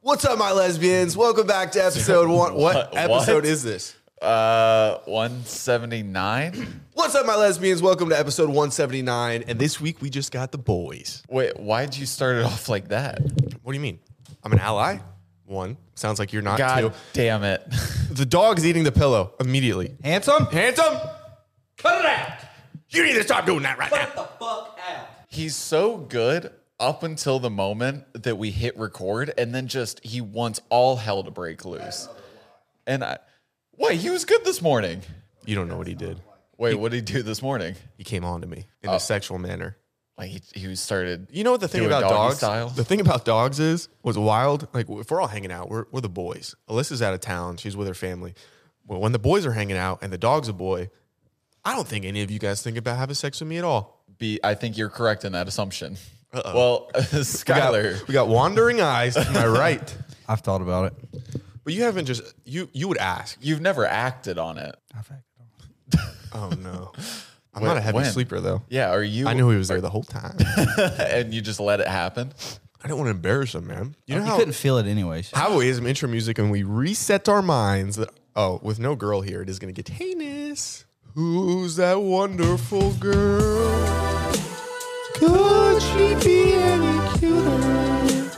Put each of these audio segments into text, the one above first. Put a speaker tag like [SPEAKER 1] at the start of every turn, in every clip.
[SPEAKER 1] What's up, my lesbians? Welcome back to episode one. What,
[SPEAKER 2] What?
[SPEAKER 1] episode
[SPEAKER 2] What?
[SPEAKER 1] is this?
[SPEAKER 2] Uh, 179?
[SPEAKER 1] What's up, my lesbians? Welcome to episode 179. And this week we just got the boys.
[SPEAKER 2] Wait, why'd you start it off like that?
[SPEAKER 1] What do you mean? I'm an ally. One sounds like you're not.
[SPEAKER 2] God
[SPEAKER 1] Two.
[SPEAKER 2] damn it.
[SPEAKER 1] The dog's eating the pillow immediately.
[SPEAKER 3] Handsome?
[SPEAKER 1] Handsome,
[SPEAKER 3] Cut it out!
[SPEAKER 1] you need to stop doing that right now.
[SPEAKER 3] Cut the fuck out!
[SPEAKER 2] He's so good up until the moment that we hit record, and then just he wants all hell to break loose. And I, wait, he was good this morning.
[SPEAKER 1] You don't know what he did.
[SPEAKER 2] Wait, what did he do this morning?
[SPEAKER 1] He came on to me in
[SPEAKER 2] Oh.
[SPEAKER 1] a sexual manner.
[SPEAKER 2] Like he, he started.
[SPEAKER 1] You know what the thing
[SPEAKER 2] doing
[SPEAKER 1] about
[SPEAKER 2] doggy
[SPEAKER 1] dogs?
[SPEAKER 2] style?
[SPEAKER 1] The thing about dogs is was wild. Like if we're all hanging out, we're we're the boys. Alyssa's out of town. She's with her family. Well, when the boys are hanging out and the dog's a boy, I don't think any of you guys think about having sex with me at all.
[SPEAKER 2] Be, I think you're correct in that assumption. Well,
[SPEAKER 1] We got,
[SPEAKER 2] Skylar,
[SPEAKER 1] we got wandering eyes to my right.
[SPEAKER 3] I've thought about it.
[SPEAKER 1] But you haven't just you you would ask.
[SPEAKER 2] you've never acted on it.
[SPEAKER 3] I've acted on it.
[SPEAKER 1] Oh no. I'm
[SPEAKER 2] Wh-
[SPEAKER 1] not a heavy
[SPEAKER 2] when?
[SPEAKER 1] sleeper though.
[SPEAKER 2] Yeah, are you?
[SPEAKER 1] I knew he was there the whole time. I
[SPEAKER 2] and you just let it happen.
[SPEAKER 1] didn't want to embarrass him, man. You know
[SPEAKER 3] You
[SPEAKER 1] how
[SPEAKER 3] couldn't feel it anyway. so-
[SPEAKER 1] How we is some intro music and we reset our minds that oh, with no girl here, it is gonna get heinous. Who's that wonderful girl? Could she be any cuter?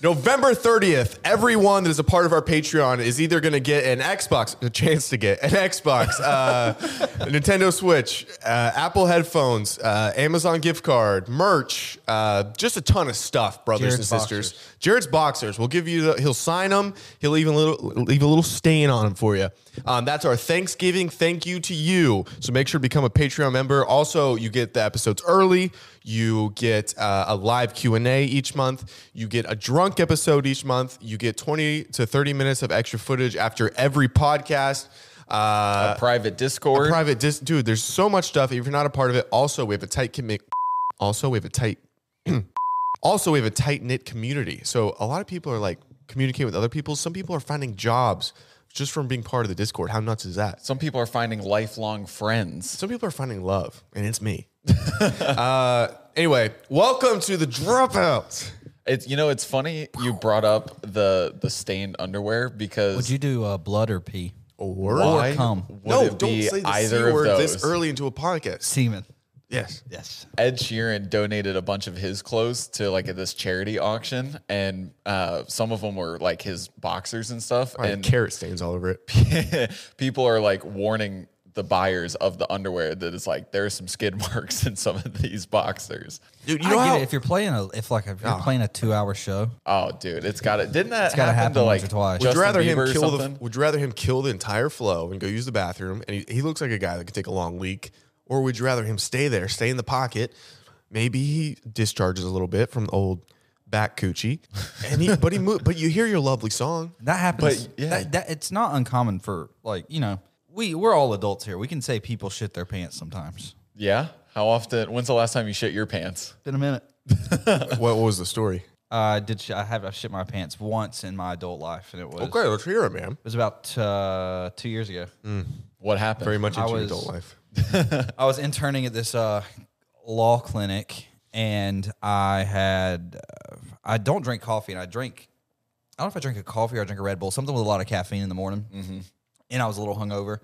[SPEAKER 1] November 30th, everyone that is a part of our Patreon is either going to get an Xbox, a chance to get an Xbox, uh, a Nintendo Switch, uh, Apple headphones, uh, Amazon gift card, merch, uh, just a ton of stuff, brothers
[SPEAKER 3] Jared's
[SPEAKER 1] and sisters. Jared's boxers. We'll give you. The, he'll sign them. He'll leave a little leave a little stain on them for you. Um, that's our Thanksgiving thank you to you. So make sure to become a Patreon member. Also, you get the episodes early. You get uh, a live Q and A each month. You get a drunk episode each month. You get twenty to thirty minutes of extra footage after every podcast. Uh,
[SPEAKER 2] Private Discord.
[SPEAKER 1] private dis- dude there's so much stuff if you're not a part of it also we have a tight commit also we have a tight also we have a tight knit community so a lot of people are like communicating with other people some people are finding jobs just from being part of the discord how nuts is that
[SPEAKER 2] Some people are finding lifelong friends.
[SPEAKER 1] some people are finding love and it's me uh anyway welcome to the dropouts
[SPEAKER 2] It's you know it's funny you brought up the the stained underwear because
[SPEAKER 3] Would you do uh, blood or pee?
[SPEAKER 1] or
[SPEAKER 2] why
[SPEAKER 3] come?
[SPEAKER 2] would
[SPEAKER 1] no
[SPEAKER 2] it
[SPEAKER 1] don't
[SPEAKER 2] be
[SPEAKER 1] say the C
[SPEAKER 2] either of
[SPEAKER 1] word
[SPEAKER 2] those?
[SPEAKER 1] this early into a podcast
[SPEAKER 3] Semen.
[SPEAKER 1] yes
[SPEAKER 3] Yes.
[SPEAKER 2] Ed Sheeran donated a bunch of his clothes to like this charity auction, and uh, some of them were like his boxers and stuff.
[SPEAKER 1] and
[SPEAKER 2] and
[SPEAKER 1] carrot stains all over it
[SPEAKER 2] people are like warning the buyers of the underwear that it's like there are some skid marks in some of these boxers.
[SPEAKER 1] dude
[SPEAKER 3] I get it. If you're playing a if like if you're playing a two hour show,
[SPEAKER 2] Oh, dude, it's got it. Didn't that
[SPEAKER 3] gotta
[SPEAKER 2] happen, to
[SPEAKER 3] happen
[SPEAKER 2] like
[SPEAKER 3] once or twice. Would
[SPEAKER 1] Would
[SPEAKER 2] Justin
[SPEAKER 1] you rather
[SPEAKER 2] Bieber or
[SPEAKER 1] him kill the
[SPEAKER 2] something?
[SPEAKER 1] Would you rather him kill the entire flow and go use the bathroom? And he, he looks like a guy that could take a long leak, or would you rather him stay there, stay in the pocket? Maybe he discharges a little bit from the old back coochie, and he but he mo- but you hear your lovely song.
[SPEAKER 3] that happens.
[SPEAKER 2] But, yeah.
[SPEAKER 3] that, that it's not uncommon for like you know we we're all adults here. We can say people shit their pants sometimes.
[SPEAKER 2] Yeah. How often? When's the last time you shit your pants?
[SPEAKER 3] In a minute.
[SPEAKER 1] what, what was the story?
[SPEAKER 3] Uh, did sh- I have I shit my pants once in my adult life, and it was
[SPEAKER 1] Okay, let's hear it, man.
[SPEAKER 3] It was about uh, two years ago.
[SPEAKER 2] What happened?
[SPEAKER 1] Very much
[SPEAKER 3] I
[SPEAKER 1] into your
[SPEAKER 3] was-
[SPEAKER 1] adult life.
[SPEAKER 3] I was interning at this uh, law clinic, and I had uh, I don't drink coffee, and I drink I don't know if I drink a coffee or I drink a Red Bull, something with a lot of caffeine in the morning. And I was a little hungover,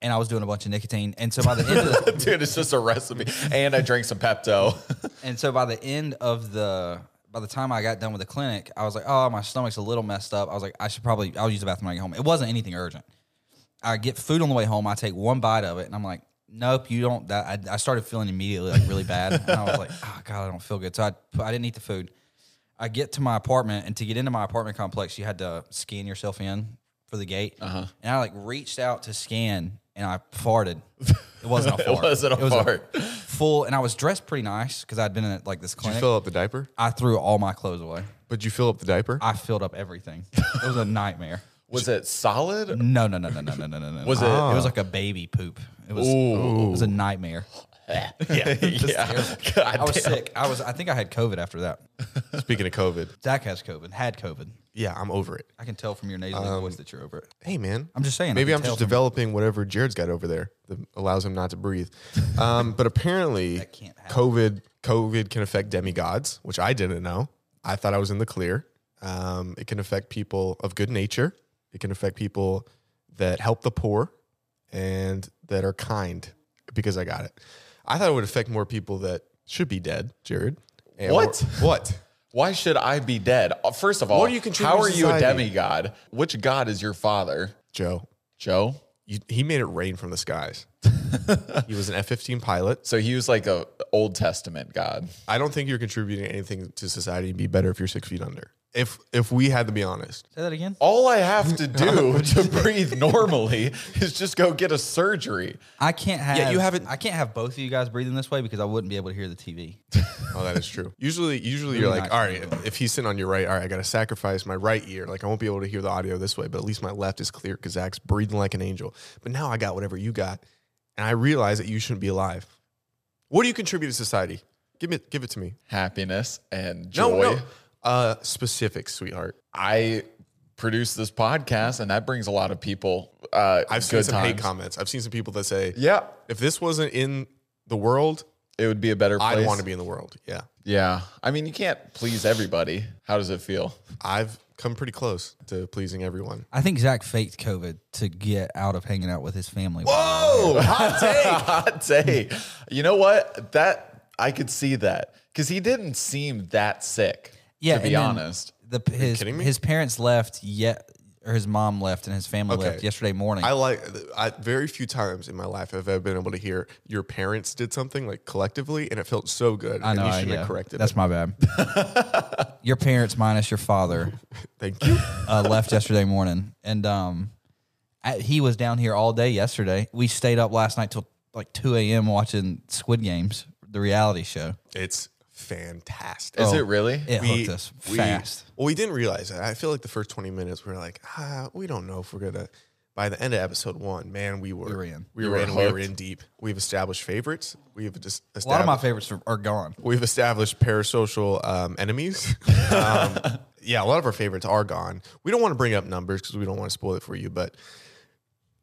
[SPEAKER 3] and I was doing a bunch of nicotine, and so by the end of the,
[SPEAKER 2] Dude, it's just a recipe. And I drank some Pepto.
[SPEAKER 3] and so by the end of the by the time I got done with the clinic, I was like, oh, my stomach's a little messed up. I was like, I should probably I'll use the bathroom when I get home. It wasn't anything urgent. I get food on the way home. I take one bite of it, and I'm like, nope, you don't. That I, I started feeling immediately like really bad, and I was like, oh god, I don't feel good. So I put- I didn't eat the food. I get to my apartment, and to get into my apartment complex, you had to scan yourself in for the gate. Uh-huh. And I like reached out to scan, and I farted. It wasn't a fart.
[SPEAKER 2] wasn't a fart.
[SPEAKER 3] full, and I was dressed pretty nice because I'd been in like this
[SPEAKER 1] Did
[SPEAKER 3] clinic.
[SPEAKER 1] you fill up the diaper?
[SPEAKER 3] I threw all my clothes away.
[SPEAKER 1] But you fill up the diaper?
[SPEAKER 3] I filled up everything. It was a nightmare.
[SPEAKER 2] Was it solid?
[SPEAKER 3] No, no, no, no, no, no, no, no. no.
[SPEAKER 2] Was it-
[SPEAKER 3] It
[SPEAKER 1] Ah.
[SPEAKER 3] was like a baby poop. It was. It was a nightmare.
[SPEAKER 2] yeah. God
[SPEAKER 3] I was
[SPEAKER 2] damn.
[SPEAKER 3] sick. I was. I think I had COVID after that.
[SPEAKER 1] Speaking of COVID,
[SPEAKER 3] Zach has COVID. Had COVID.
[SPEAKER 1] yeah, I'm over it.
[SPEAKER 3] I can tell from your nasally voice that you're over it.
[SPEAKER 1] Hey, man.
[SPEAKER 3] I'm just saying, I
[SPEAKER 1] Um, Maybe
[SPEAKER 3] can
[SPEAKER 1] I'm
[SPEAKER 3] tell
[SPEAKER 1] just
[SPEAKER 3] from-
[SPEAKER 1] developing whatever Jared's got over there that allows him not to breathe. Um, but apparently,
[SPEAKER 3] can't happen.
[SPEAKER 1] COVID COVID can affect demigods, which I didn't know. I thought I was in the clear. Um, it can affect people of good nature. It can affect people that help the poor and that are kind because I got it. I thought it would affect more people that should be dead, Jared. And
[SPEAKER 2] What?
[SPEAKER 1] or- what?
[SPEAKER 2] Why should I be dead? Uh, First of all,
[SPEAKER 1] do you contribute
[SPEAKER 2] how
[SPEAKER 1] to
[SPEAKER 2] are you a
[SPEAKER 1] society?
[SPEAKER 2] demigod? Which god is your father?
[SPEAKER 1] Joe,
[SPEAKER 2] Joe?
[SPEAKER 1] you, he made it rain from the skies. he was an F 15 pilot.
[SPEAKER 2] So he was like a Old Testament god.
[SPEAKER 1] I don't think you're contributing anything to society and be better if you're six feet under. If if we had to be honest,
[SPEAKER 3] Say that again.
[SPEAKER 2] All I have to do to breathe normally is just go get a surgery.
[SPEAKER 3] I can't have.
[SPEAKER 1] you haven't-
[SPEAKER 3] I can't have both of you guys breathing this way because I wouldn't be able to hear the TV.
[SPEAKER 1] oh, that is true. Usually, usually you're
[SPEAKER 3] Really
[SPEAKER 1] like,
[SPEAKER 3] not
[SPEAKER 1] all right, if he's sitting on your right, all right, I got to sacrifice my right ear. Like I won't be able to hear the audio this way, but at least my left is clear because Zach's breathing like an angel. But now I got whatever you got, and I realize that you shouldn't be alive. What do you contribute to society? Give me, give it to me.
[SPEAKER 2] Happiness and joy.
[SPEAKER 1] No, no. Uh, specifics, sweetheart.
[SPEAKER 2] I produce this podcast, and that brings a lot of people. Uh,
[SPEAKER 1] I've seen
[SPEAKER 2] good
[SPEAKER 1] some hate
[SPEAKER 2] times.
[SPEAKER 1] comments. I've seen some people that say,
[SPEAKER 2] Yeah,
[SPEAKER 1] if this wasn't in the world,
[SPEAKER 2] it would be a better place.
[SPEAKER 1] I'd want to be in the world. Yeah.
[SPEAKER 2] Yeah, I mean, you can't please everybody. How does it feel?
[SPEAKER 1] I've come pretty close to pleasing everyone.
[SPEAKER 3] I think Zach faked COVID to get out of hanging out with his family. Oh,
[SPEAKER 1] Whoa, hot take.
[SPEAKER 2] Hot take. You know what? That I could see that because he didn't seem that sick.
[SPEAKER 3] Yeah,
[SPEAKER 2] to be
[SPEAKER 3] and then
[SPEAKER 2] honest.
[SPEAKER 3] The his
[SPEAKER 1] kidding me?
[SPEAKER 3] his parents left yet, or his mom left and his family
[SPEAKER 1] Okay.
[SPEAKER 3] left yesterday morning.
[SPEAKER 1] I like I, very few times in my life have I been able to hear your parents did something like collectively, and it felt so good.
[SPEAKER 3] I
[SPEAKER 1] and
[SPEAKER 3] know.
[SPEAKER 1] you
[SPEAKER 3] I-
[SPEAKER 1] shouldn't
[SPEAKER 3] yeah.
[SPEAKER 1] have corrected.
[SPEAKER 3] That's
[SPEAKER 1] it.
[SPEAKER 3] my bad. your parents minus your father
[SPEAKER 1] Thank you.
[SPEAKER 3] uh, left yesterday morning, and um, I, he was down here all day yesterday. We stayed up last night till like two a.m. watching Squid Games, the reality show.
[SPEAKER 1] It's
[SPEAKER 3] Oh,
[SPEAKER 1] fantastic.
[SPEAKER 2] Is it really?
[SPEAKER 3] It
[SPEAKER 1] We-
[SPEAKER 3] hooked us
[SPEAKER 1] we-
[SPEAKER 3] fast.
[SPEAKER 1] Well, we didn't realize that. I feel like the first twenty minutes we were like, ah, we don't know if we're gonna. By the end of episode one, man, we were we
[SPEAKER 3] were in.
[SPEAKER 1] We
[SPEAKER 2] You
[SPEAKER 1] were,
[SPEAKER 2] were
[SPEAKER 1] in. We were
[SPEAKER 2] hooked.
[SPEAKER 1] in deep. We've established favorites. We've just established
[SPEAKER 3] A lot of my favorites are, are gone.
[SPEAKER 1] We've established parasocial um, enemies. um, yeah, a lot of our favorites are gone. We don't want to bring up numbers because we don't want to spoil it for you, but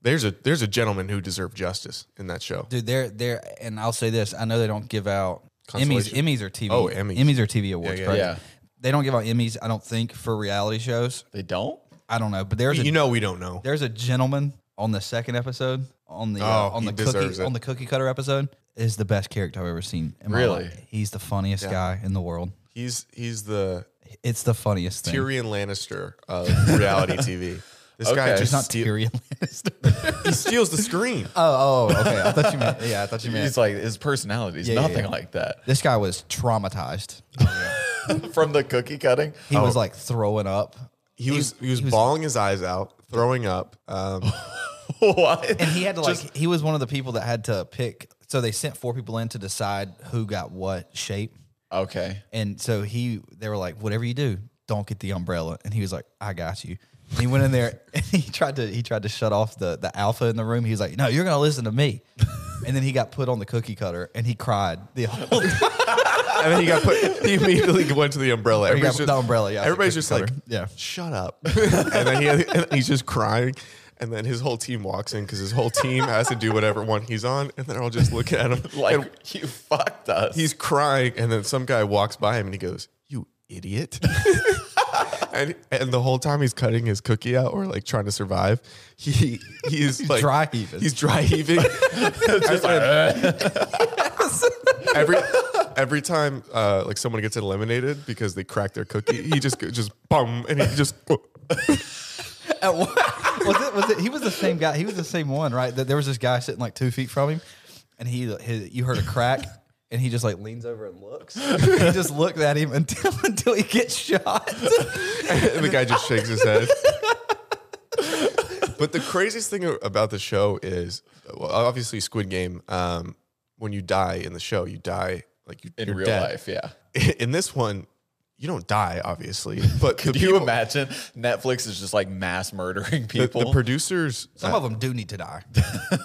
[SPEAKER 1] there's a there's a gentleman who deserved justice in that show.
[SPEAKER 3] dude. They're they're, and I'll say this: I know they don't give out Emmys.
[SPEAKER 1] Consolation.
[SPEAKER 3] Emmys are TV.
[SPEAKER 1] Oh, Emmys.
[SPEAKER 3] Emmys are TV awards.
[SPEAKER 1] Yeah, yeah,
[SPEAKER 3] correct?
[SPEAKER 2] yeah.
[SPEAKER 3] They don't give out Emmys. I don't think for reality shows.
[SPEAKER 2] They don't.
[SPEAKER 3] I don't know, but there's a
[SPEAKER 1] You know we don't know.
[SPEAKER 3] there's a gentleman on the second episode on the
[SPEAKER 1] Oh,
[SPEAKER 3] uh, on
[SPEAKER 1] he
[SPEAKER 3] the
[SPEAKER 1] deserves
[SPEAKER 3] cookie
[SPEAKER 1] it.
[SPEAKER 3] on the cookie cutter episode is the best character I've ever seen. in my
[SPEAKER 2] Really?
[SPEAKER 3] life. he's the funniest guy in the world.
[SPEAKER 1] He's he's the
[SPEAKER 3] It's the funniest thing.
[SPEAKER 1] Tyrion Lannister of reality TV. This guy just
[SPEAKER 2] Okay.
[SPEAKER 3] It's not
[SPEAKER 1] steal-
[SPEAKER 3] Tyrion Lannister.
[SPEAKER 1] he steals the screen.
[SPEAKER 3] oh, oh, okay. I thought you meant. Yeah, I thought you meant.
[SPEAKER 2] He's like his personality is
[SPEAKER 3] Yeah, yeah,
[SPEAKER 2] nothing
[SPEAKER 3] yeah.
[SPEAKER 2] like that.
[SPEAKER 3] This guy was traumatized.
[SPEAKER 2] From the cookie cutting,
[SPEAKER 3] He was
[SPEAKER 1] Oh.
[SPEAKER 3] like throwing up.
[SPEAKER 1] He was he was bawling his eyes out, throwing up. Um,
[SPEAKER 2] what?
[SPEAKER 3] And he had to like he was one of the people that had to pick so they sent four people in to decide who got what shape.
[SPEAKER 2] Okay.
[SPEAKER 3] And so he they were like, Whatever you do, don't get the umbrella. And he was like, I got you. And he went in there and he tried to he tried to shut off the the alpha in the room. He was like, No, you're gonna listen to me. And then he got put on the cookie cutter and he cried the whole time.
[SPEAKER 1] and then he got put. He immediately went to the umbrella.
[SPEAKER 3] he got the umbrella, yeah.
[SPEAKER 1] everybody's just like,
[SPEAKER 3] Yeah.
[SPEAKER 1] shut up. and then he, and he's just crying. And then his whole team walks in because his whole team has to do whatever one he's on, and they're all just looking at him.
[SPEAKER 2] Like
[SPEAKER 1] and
[SPEAKER 2] you fucked us.
[SPEAKER 1] he's crying, and then some guy walks by him and he goes, "You idiot." And, and the whole time he's cutting his cookie out or like trying to survive, he he's, like
[SPEAKER 3] dry heaving.
[SPEAKER 1] He's dry heaving.
[SPEAKER 2] Just like, "Uh."
[SPEAKER 1] every every time uh, like someone gets eliminated because they crack their cookie, he just go- just bum and he just
[SPEAKER 3] At one- was it was it he was the same guy he was the same one right That there was this guy sitting like two feet from him and he his, you heard a crack and he just like leans over and looks he just looked at him until until he gets shot
[SPEAKER 1] and the guy just shakes his head. But the craziest thing about the show is, well, obviously, Squid Game. Um, when you die in the show, you die like you
[SPEAKER 2] in
[SPEAKER 1] you're
[SPEAKER 2] real
[SPEAKER 1] dead.
[SPEAKER 2] life, yeah.
[SPEAKER 1] In this one, you don't die, obviously. But
[SPEAKER 2] Could
[SPEAKER 1] the
[SPEAKER 2] you
[SPEAKER 1] people-
[SPEAKER 2] imagine Netflix is just like mass murdering
[SPEAKER 1] the-
[SPEAKER 2] people?
[SPEAKER 1] The producers,
[SPEAKER 3] some of them do need to die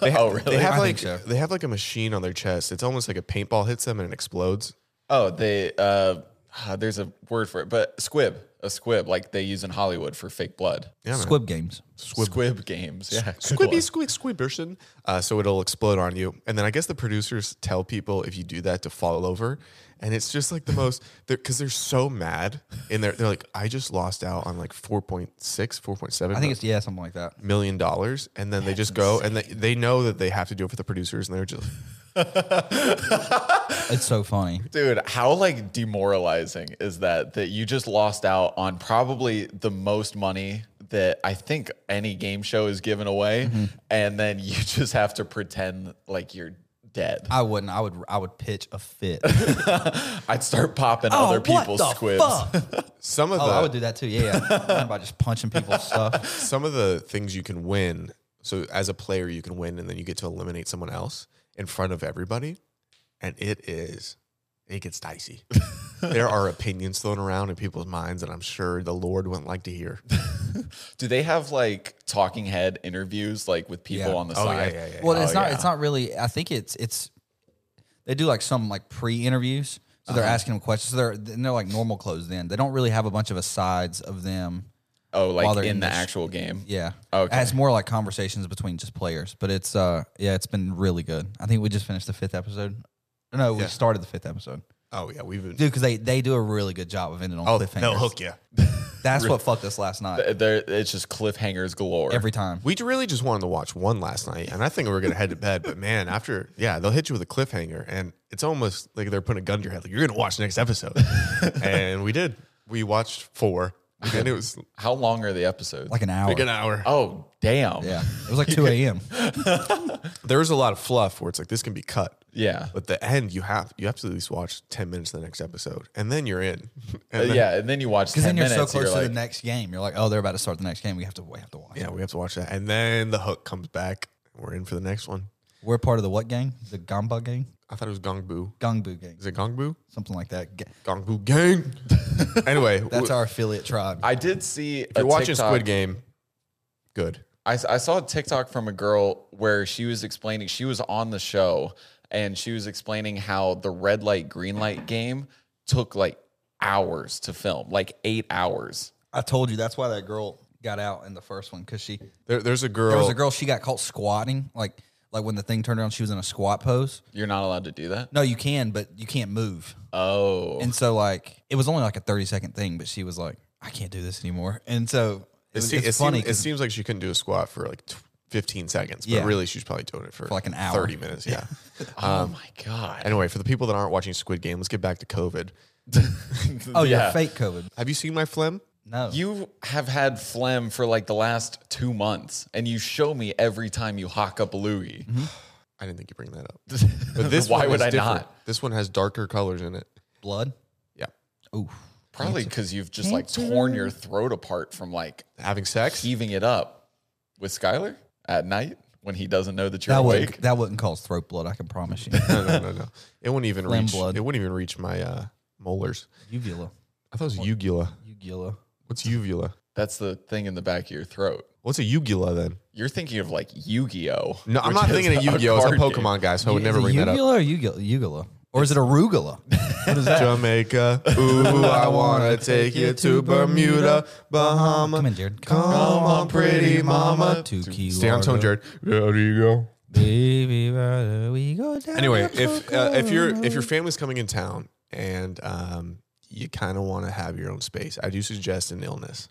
[SPEAKER 1] they have,
[SPEAKER 2] oh, really?
[SPEAKER 1] they have
[SPEAKER 3] I
[SPEAKER 1] like
[SPEAKER 3] think so.
[SPEAKER 1] they have like a machine on their chest. It's almost like a paintball hits them and it explodes.
[SPEAKER 2] oh, they uh ah, there's a word for it, but squib, a squib, like they use in Hollywood for fake blood.
[SPEAKER 1] Yeah, man.
[SPEAKER 3] Squib games.
[SPEAKER 2] Squib, games. Yeah. good
[SPEAKER 1] Squibby,
[SPEAKER 2] one.
[SPEAKER 1] squeak, squibberson. Uh, so it'll explode on you. And then I guess the producers tell people if you do that to fall over. And it's just like the most, because they're, so mad. And they're, they're like, I just lost out on like 4.6, 4.7
[SPEAKER 3] I think it's yeah, something like that.
[SPEAKER 1] million dollars. And then they just go and they, they know that they have to do it for the producers. And they're just,
[SPEAKER 3] It's so funny.
[SPEAKER 2] Dude, how like demoralizing is that that you just lost out on probably the most money that I think any game show is given away
[SPEAKER 1] Mm-hmm.
[SPEAKER 2] and then you just have to pretend like you're dead.
[SPEAKER 3] I wouldn't. I would. I would pitch a fit.
[SPEAKER 2] I'd start popping
[SPEAKER 1] Oh,
[SPEAKER 2] other people's squibs.
[SPEAKER 1] some of
[SPEAKER 3] Oh,
[SPEAKER 1] the,
[SPEAKER 3] I would do that too. Yeah, yeah. by just punching people's stuff.
[SPEAKER 1] some of the things you can win. So as a player, you can win, and then you get to eliminate someone else in front of everybody, and it is it gets dicey. there are opinions thrown around in people's minds, and I'm sure the Lord wouldn't like to hear.
[SPEAKER 2] Do they have like talking head interviews like with people
[SPEAKER 3] Yeah.
[SPEAKER 2] on the
[SPEAKER 1] Oh, yeah,
[SPEAKER 2] side?
[SPEAKER 1] yeah, yeah.
[SPEAKER 3] Well, it's
[SPEAKER 2] Oh,
[SPEAKER 3] not.
[SPEAKER 2] yeah.
[SPEAKER 3] It's not really. I think it's. It's. They do like some like pre-interviews, so
[SPEAKER 2] Uh-huh.
[SPEAKER 3] they're asking them questions. So they're and they're like normal clothes. Then they don't really have a bunch of asides of them.
[SPEAKER 2] Oh,
[SPEAKER 3] While
[SPEAKER 2] like
[SPEAKER 3] they're
[SPEAKER 2] in,
[SPEAKER 3] in
[SPEAKER 2] the
[SPEAKER 3] this-
[SPEAKER 2] actual game.
[SPEAKER 3] Yeah.
[SPEAKER 2] Okay.
[SPEAKER 3] It's more like conversations between just players, but it's uh yeah, it's been really good. I think we just finished the fifth episode. No, we
[SPEAKER 1] Yeah.
[SPEAKER 3] started the fifth episode,
[SPEAKER 1] Oh yeah, we've been.
[SPEAKER 3] dude, because they they do a really good job of ending on
[SPEAKER 1] oh,
[SPEAKER 3] cliffhangers.
[SPEAKER 1] they'll hook you.
[SPEAKER 3] That's what fucked us last night.
[SPEAKER 2] There, it's just cliffhangers galore.
[SPEAKER 3] Every time.
[SPEAKER 1] We really just wanted to watch one last night, and I think we were gonna head to bed. But man, after yeah, they'll hit you with a cliffhanger, and it's almost like they're putting a gun to your head, like you're gonna watch the next episode. and we did. We watched four, and it was
[SPEAKER 2] How long are the episodes?
[SPEAKER 3] Like an hour.
[SPEAKER 1] like an hour.
[SPEAKER 2] oh, damn.
[SPEAKER 3] yeah. It was like two AM.
[SPEAKER 1] there is a lot of fluff where it's like this can be cut.
[SPEAKER 2] Yeah.
[SPEAKER 1] But the end, you have you have to at least watch ten minutes of the next episode, and then you're in.
[SPEAKER 2] Uh,
[SPEAKER 1] And then-
[SPEAKER 2] yeah, and then you watch
[SPEAKER 3] Because
[SPEAKER 2] 10
[SPEAKER 3] then you're so
[SPEAKER 2] minutes,
[SPEAKER 3] close to
[SPEAKER 2] like,
[SPEAKER 3] the next game. You're like, oh, they're about to start the next game. We have to we have to watch.
[SPEAKER 1] yeah, we have to watch that, and then the hook comes back. We're in for the next one.
[SPEAKER 3] We're part of the what gang? The Gamba gang?
[SPEAKER 1] I thought it was Gongbu.
[SPEAKER 3] Gongbu gang.
[SPEAKER 1] Is it Gongbu?
[SPEAKER 3] Something like that. Ga-
[SPEAKER 1] Gongbu Gang. anyway,
[SPEAKER 3] That's
[SPEAKER 1] w-
[SPEAKER 3] our affiliate tribe.
[SPEAKER 2] I did see
[SPEAKER 1] if you're
[SPEAKER 2] a
[SPEAKER 1] watching
[SPEAKER 2] TikTok-
[SPEAKER 1] Squid Game. Good.
[SPEAKER 2] I, I saw a TikTok from a girl where she was explaining she was on the show and she was explaining how the red light green light game took like hours to film, like eight hours.
[SPEAKER 3] I told you that's why that girl got out in the first one because she
[SPEAKER 1] There, there's a girl.
[SPEAKER 3] there was a girl she got caught squatting like like when the thing turned around she was in a squat pose.
[SPEAKER 2] You're not allowed to do that.
[SPEAKER 3] No, you can, but you can't move.
[SPEAKER 2] Oh,
[SPEAKER 3] And so like it was only like a thirty second thing, but she was like, I can't do this anymore. And so
[SPEAKER 1] It,
[SPEAKER 3] it, was
[SPEAKER 1] se-
[SPEAKER 3] it's
[SPEAKER 1] it
[SPEAKER 3] funny
[SPEAKER 1] Seems, it
[SPEAKER 3] 'cause
[SPEAKER 1] seems like she couldn't do a squat for like tw 15 seconds, but
[SPEAKER 3] Yeah.
[SPEAKER 1] really she's probably doing it for,
[SPEAKER 3] like an hour.
[SPEAKER 1] 30 minutes. Yeah. Um,
[SPEAKER 2] oh my god!
[SPEAKER 1] anyway, for the people that aren't watching Squid Game, let's get back to COVID.
[SPEAKER 3] oh yeah, fake COVID.
[SPEAKER 1] Have you seen my phlegm?
[SPEAKER 3] No,
[SPEAKER 2] You have had phlegm for like the last two months, and you show me every time you hock up a loogie.
[SPEAKER 1] Mm-hmm. I didn't think you bring that up. But this
[SPEAKER 2] Why
[SPEAKER 1] one
[SPEAKER 2] would
[SPEAKER 1] is
[SPEAKER 2] I
[SPEAKER 1] different.
[SPEAKER 2] not?
[SPEAKER 1] This one has darker colors in it.
[SPEAKER 3] blood.
[SPEAKER 1] Yeah.
[SPEAKER 3] Ooh,
[SPEAKER 2] Probably because you've just like torn your throat apart from like
[SPEAKER 1] Having sex?
[SPEAKER 2] heaving it up with Skylar at night when he doesn't know that you're
[SPEAKER 3] that
[SPEAKER 2] awake.
[SPEAKER 3] would that wouldn't cause throat blood. I can promise you.
[SPEAKER 1] no, no, no, no. It wouldn't even
[SPEAKER 3] Phlegm
[SPEAKER 1] reach
[SPEAKER 3] blood.
[SPEAKER 1] it wouldn't even reach my uh, molars.
[SPEAKER 3] Uvula,
[SPEAKER 1] I thought it was uvula.
[SPEAKER 3] uvula.
[SPEAKER 1] What's uvula?
[SPEAKER 2] That's the thing in the back of your throat.
[SPEAKER 1] What's a uvula then?
[SPEAKER 2] You're thinking of like Yu-Gi-Oh.
[SPEAKER 1] No, I'm
[SPEAKER 2] which
[SPEAKER 1] not
[SPEAKER 2] is
[SPEAKER 1] thinking of Yu-Gi-Oh! It's a
[SPEAKER 2] card game.
[SPEAKER 1] Pokemon guy, so I would never
[SPEAKER 3] is it
[SPEAKER 1] bring that up.
[SPEAKER 3] uvula or ugula, ugula, or is it arugula?
[SPEAKER 1] Jamaica. Ooh, I wanna take you to Bermuda, Bahama.
[SPEAKER 3] Come in, Jared.
[SPEAKER 1] Come on, pretty mama.
[SPEAKER 3] To Key
[SPEAKER 1] Stay on tone, Jared.
[SPEAKER 3] Largo.
[SPEAKER 1] There you go.
[SPEAKER 3] Baby, brother, we go down
[SPEAKER 1] Anyway,
[SPEAKER 3] the
[SPEAKER 1] if uh,
[SPEAKER 3] Pocono.
[SPEAKER 1] if your if your family's coming in town and um, you kind of want to have your own space, I do suggest an illness.